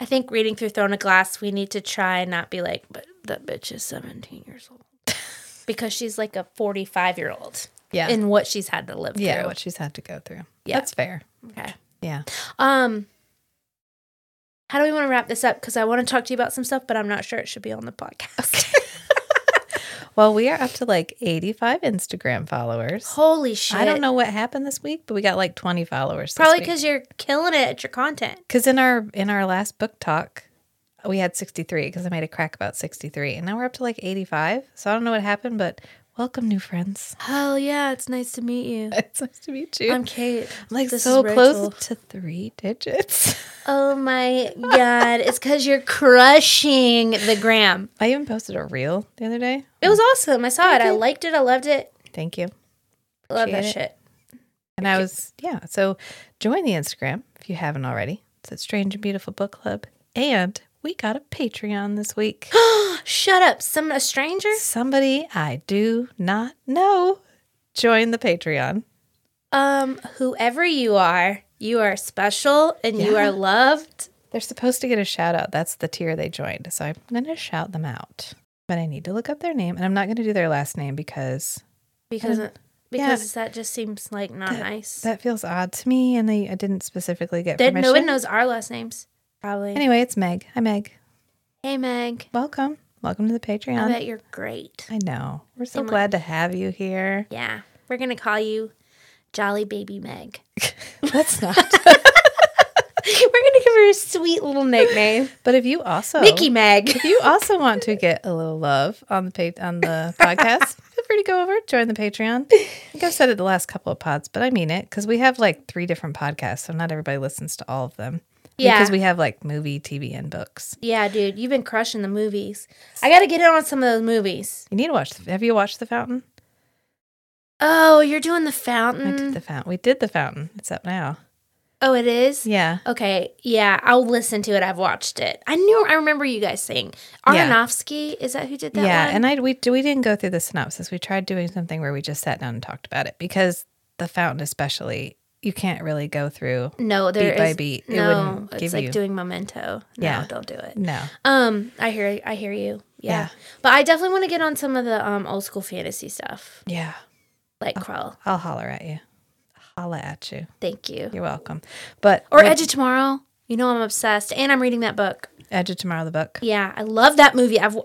Speaker 2: I think reading through Throne of Glass, we need to try and not be like, but that bitch is 17 years old. [laughs] because she's like a 45 year old
Speaker 1: Yeah.
Speaker 2: in what she's had to live
Speaker 1: yeah.
Speaker 2: through.
Speaker 1: What she's had to go through.
Speaker 2: Yeah.
Speaker 1: That's fair.
Speaker 2: Okay.
Speaker 1: Yeah.
Speaker 2: Um, how do we want to wrap this up? Because I want to talk to you about some stuff, but I'm not sure it should be on the podcast. [laughs]
Speaker 1: Well, we are up to like 85 Instagram followers.
Speaker 2: Holy shit!
Speaker 1: I don't know what happened this week, but we got like 20 followers.
Speaker 2: Probably because you're killing it at your content.
Speaker 1: because in our in our last book talk, we had 63 because I made a crack about 63, and now we're up to like 85. So I don't know what happened, but welcome, new friends. [laughs]
Speaker 2: Hell yeah! It's nice to meet you.
Speaker 1: It's nice to meet you.
Speaker 2: I'm Kate.
Speaker 1: I'm like
Speaker 2: This
Speaker 1: so
Speaker 2: is
Speaker 1: close
Speaker 2: Rachel.
Speaker 1: to three digits. [laughs]
Speaker 2: Oh my god! It's because you're crushing the gram.
Speaker 1: I even posted a reel the other day.
Speaker 2: It was awesome. I saw it. I liked it. I loved it.
Speaker 1: Thank you.
Speaker 2: I Love that
Speaker 1: Appreciate
Speaker 2: shit.
Speaker 1: And I was yeah. So join the Instagram if you haven't already. It's at Strange and Beautiful Book Club, and we got a Patreon this
Speaker 2: [gasps]
Speaker 1: week.
Speaker 2: Shut up. Some a stranger.
Speaker 1: Somebody I do not know joined the Patreon.
Speaker 2: Um, whoever you are, you are special and you are loved.
Speaker 1: They're supposed to get a shout out. That's the tier they joined. So I'm going to shout them out. But I need to look up their name and I'm not going to do their last name because
Speaker 2: Because
Speaker 1: yeah.
Speaker 2: because that just seems like not nice.
Speaker 1: that feels odd to me and they I didn't specifically get
Speaker 2: That
Speaker 1: permission.
Speaker 2: no one knows our last names. Probably.
Speaker 1: Anyway, it's Meg. Hi Meg.
Speaker 2: Hey Meg,
Speaker 1: Welcome. Welcome to the Patreon.
Speaker 2: I bet you're great.
Speaker 1: I know. We're so
Speaker 2: And, like-
Speaker 1: glad to have you here.
Speaker 2: Yeah, we're gonna call you Jolly
Speaker 1: [laughs]
Speaker 2: Baby Meg. [laughs]
Speaker 1: That's not.
Speaker 2: we're gonna give her a sweet little nickname,
Speaker 1: but if you also
Speaker 2: Mickey Meg.
Speaker 1: [laughs] if you also want to get a little love on the pa- on
Speaker 2: [laughs]
Speaker 1: the podcast, feel free to go over join the Patreon. I think I've said it the last couple of pods, but I mean it because we have like three different podcasts, so not everybody listens to all of them.
Speaker 2: Yeah.
Speaker 1: because we have like movie, TV, and books.
Speaker 2: Yeah, dude, you've been crushing the movies. I gotta get in on some of those movies.
Speaker 1: You need to watch. The, have you watched The Fountain?
Speaker 2: Oh, you're doing the
Speaker 1: I did
Speaker 2: fountain.
Speaker 1: The Fountain. We did The Fountain. It's up now.
Speaker 2: oh, it is.
Speaker 1: Yeah,
Speaker 2: Okay, yeah, I'll listen to it. I've watched it. I knew. I remember you guys saying
Speaker 1: Yeah.
Speaker 2: Aronofsky. Is that who did that?
Speaker 1: yeah.
Speaker 2: one?
Speaker 1: And I we we didn't go through the synopsis. We tried doing something where we just sat down and talked about it because The Fountain, especially, you can't really go through.
Speaker 2: no, there
Speaker 1: by
Speaker 2: is-
Speaker 1: beat, it
Speaker 2: No,
Speaker 1: wouldn't
Speaker 2: it's
Speaker 1: give
Speaker 2: like
Speaker 1: you-
Speaker 2: doing Memento. No,
Speaker 1: Yeah.
Speaker 2: don't do it.
Speaker 1: No,
Speaker 2: Um, I hear, I hear you. Yeah,
Speaker 1: Yeah.
Speaker 2: but I definitely want to get on some of the um old school fantasy stuff,
Speaker 1: yeah.
Speaker 2: like Crawl.
Speaker 1: I'll holler at you. Holla at you.
Speaker 2: Thank you.
Speaker 1: You're welcome. But
Speaker 2: Or
Speaker 1: what-
Speaker 2: Edge of Tomorrow. You know I'm obsessed, and I'm reading that book.
Speaker 1: Edge of Tomorrow, the book.
Speaker 2: Yeah, I love that movie. I've,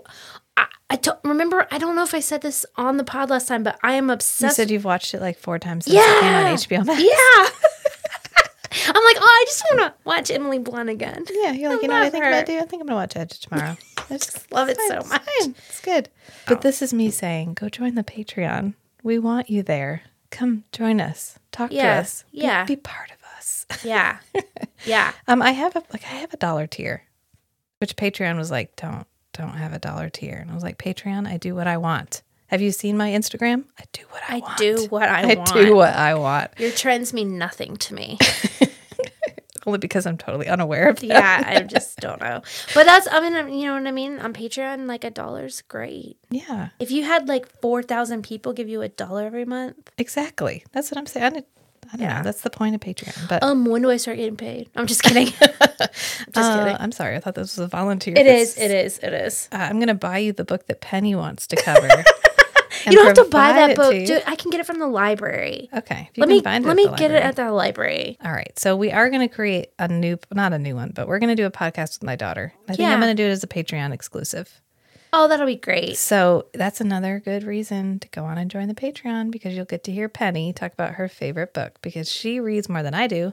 Speaker 2: I, I don't remember. I don't know if I said this on the pod last time, but I am
Speaker 1: You
Speaker 2: obsessed.
Speaker 1: said you've watched it like four times since it came on
Speaker 2: Yeah.
Speaker 1: HBO Max.
Speaker 2: yeah. I'm [laughs] like, oh, I just want to watch Emily
Speaker 1: [laughs]
Speaker 2: Blunt again.
Speaker 1: [laughs] Yeah, you're like,
Speaker 2: I
Speaker 1: you know what I
Speaker 2: love
Speaker 1: think I'm gonna
Speaker 2: her.
Speaker 1: do? I think I'm gonna watch Edge of
Speaker 2: [laughs]
Speaker 1: Tomorrow. I just
Speaker 2: Love it so
Speaker 1: it's
Speaker 2: much.
Speaker 1: fine. It's good. But this is me saying, go join the Patreon. We want you there. Come join us. Talk
Speaker 2: Yeah,
Speaker 1: to us. Be-
Speaker 2: yeah.
Speaker 1: Be, part of us. [laughs]
Speaker 2: Yeah, yeah.
Speaker 1: Um, I have a like I have a dollar tier, which Patreon was like, don't don't have a dollar tier, and I was like, Patreon, I do what I want. Have you seen my Instagram? I do what [laughs] I,
Speaker 2: I
Speaker 1: want.
Speaker 2: do what I,
Speaker 1: I
Speaker 2: want.
Speaker 1: do what I want.
Speaker 2: Your trends mean nothing
Speaker 1: [laughs]
Speaker 2: to me. [laughs]
Speaker 1: Only because I'm totally unaware of them.
Speaker 2: yeah, I just don't know. But that's I mean, you know what I mean. On Patreon, like a dollar's great.
Speaker 1: Yeah,
Speaker 2: If you had like four thousand people give you a dollar every month,
Speaker 1: exactly. That's what I'm saying. I don't, I don't
Speaker 2: Yeah.
Speaker 1: know. That's the point of Patreon. But
Speaker 2: um, when do I start getting paid? I'm just kidding. [laughs] just
Speaker 1: Uh,
Speaker 2: kidding.
Speaker 1: I'm sorry. I thought this was a volunteer.
Speaker 2: It is.
Speaker 1: This-
Speaker 2: It is. It is.
Speaker 1: Uh, I'm going to buy you the book that Penny wants
Speaker 2: [laughs]
Speaker 1: to cover.
Speaker 2: You don't have to buy
Speaker 1: provide
Speaker 2: that
Speaker 1: it to
Speaker 2: book,
Speaker 1: you.
Speaker 2: dude. I can get it from the library.
Speaker 1: Okay. If you
Speaker 2: Let
Speaker 1: can
Speaker 2: me
Speaker 1: find it
Speaker 2: let
Speaker 1: at
Speaker 2: me
Speaker 1: the
Speaker 2: get it
Speaker 1: library.
Speaker 2: at the library.
Speaker 1: All right. So we are going to create a new, not a new one, but we're going to do a podcast with my daughter. I think
Speaker 2: Yeah.
Speaker 1: I'm going to do it as a Patreon exclusive.
Speaker 2: Oh, that'll be great.
Speaker 1: So that's another good reason to go on and join the Patreon because you'll get to hear Penny talk about her favorite book because she reads more than I do.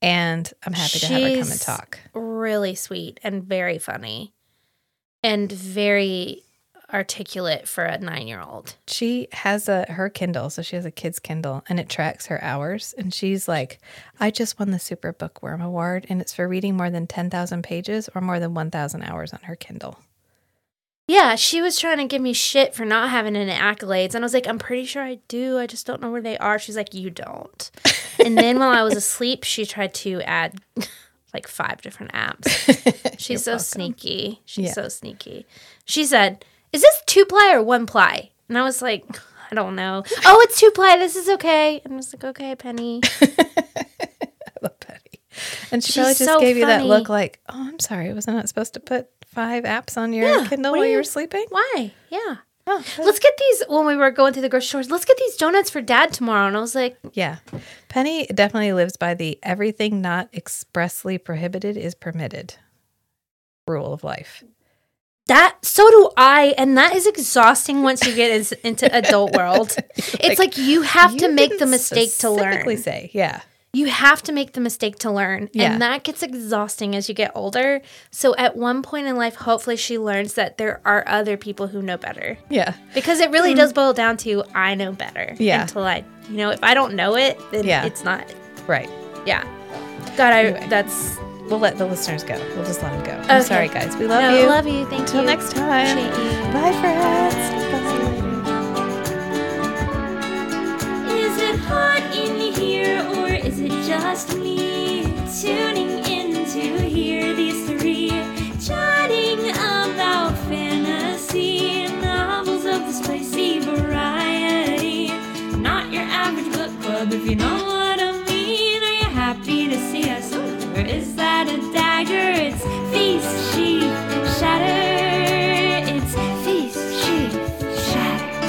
Speaker 1: And I'm happy to have her come and
Speaker 2: She's-
Speaker 1: talk.
Speaker 2: Really sweet and very funny, and very articulate for a nine year old.
Speaker 1: she has a her Kindle, so she has a kid's Kindle, and it tracks her hours. And she's like, "I just won the Super Bookworm Award, and it's for reading more than ten thousand pages or more than one thousand hours on her Kindle." [laughs]
Speaker 2: Yeah, she was trying to give me shit for not having any accolades. And I was like, I'm pretty sure I do. I just don't know where they are. She's like, You don't. And then while
Speaker 1: [laughs]
Speaker 2: I was asleep, she tried to add [laughs] like five different apps.
Speaker 1: You're
Speaker 2: She's so
Speaker 1: welcome.
Speaker 2: sneaky. She's
Speaker 1: Yeah.
Speaker 2: so sneaky. She said, Is this two ply or one ply? And I was like, I don't
Speaker 1: [laughs]
Speaker 2: know. Oh, it's two ply. This is okay. And I was like, Okay, Penny.
Speaker 1: I love Betty. And she
Speaker 2: She's
Speaker 1: probably just
Speaker 2: so
Speaker 1: gave you that
Speaker 2: funny.
Speaker 1: look, like, "Oh, I'm sorry, was I not supposed to put five apps on your
Speaker 2: Yeah,
Speaker 1: Kindle
Speaker 2: what
Speaker 1: while
Speaker 2: are
Speaker 1: you were
Speaker 2: you-
Speaker 1: sleeping?"
Speaker 2: Why? Yeah.
Speaker 1: Oh,
Speaker 2: Let's get these when we were going through the grocery stores. Let's get these donuts for dad tomorrow. And I was like,
Speaker 1: yeah, Penny definitely lives by the "everything not expressly prohibited is permitted" rule of life.
Speaker 2: That so do I, and that is exhausting once you get ins- into adult
Speaker 1: [laughs]
Speaker 2: world. it's like you have to
Speaker 1: You
Speaker 2: make the
Speaker 1: didn't
Speaker 2: mistake to
Speaker 1: specifically
Speaker 2: learn.
Speaker 1: Say, yeah.
Speaker 2: You have to make the mistake to learn,
Speaker 1: Yeah.
Speaker 2: and that gets exhausting as you get older. So at one point in life, hopefully, she learns that there are other people who know better,
Speaker 1: Yeah.
Speaker 2: because it really does boil down to I know better.
Speaker 1: Mm. Yeah.
Speaker 2: Until I, you know, if I don't know it, then
Speaker 1: Yeah.
Speaker 2: it's not.
Speaker 1: Right.
Speaker 2: Yeah. God, I.
Speaker 1: Anyway.
Speaker 2: That's.
Speaker 1: We'll let the listeners go. We'll just let them go. I'm
Speaker 2: Okay.
Speaker 1: sorry, guys. We love
Speaker 2: no,
Speaker 1: you.
Speaker 2: Love you. Thank
Speaker 1: Until
Speaker 2: you.
Speaker 1: next time.
Speaker 2: Appreciate you.
Speaker 1: Bye, friends. Bye.
Speaker 3: Is it hot in here or is it just me tuning in to hear these three chatting about fantasy novels of the spicy variety? Not your average book club if you you know what I mean. Are you happy to see us? Or is that a dagger? It's feast, sheath, shatter. It's feast, sheath, shatter.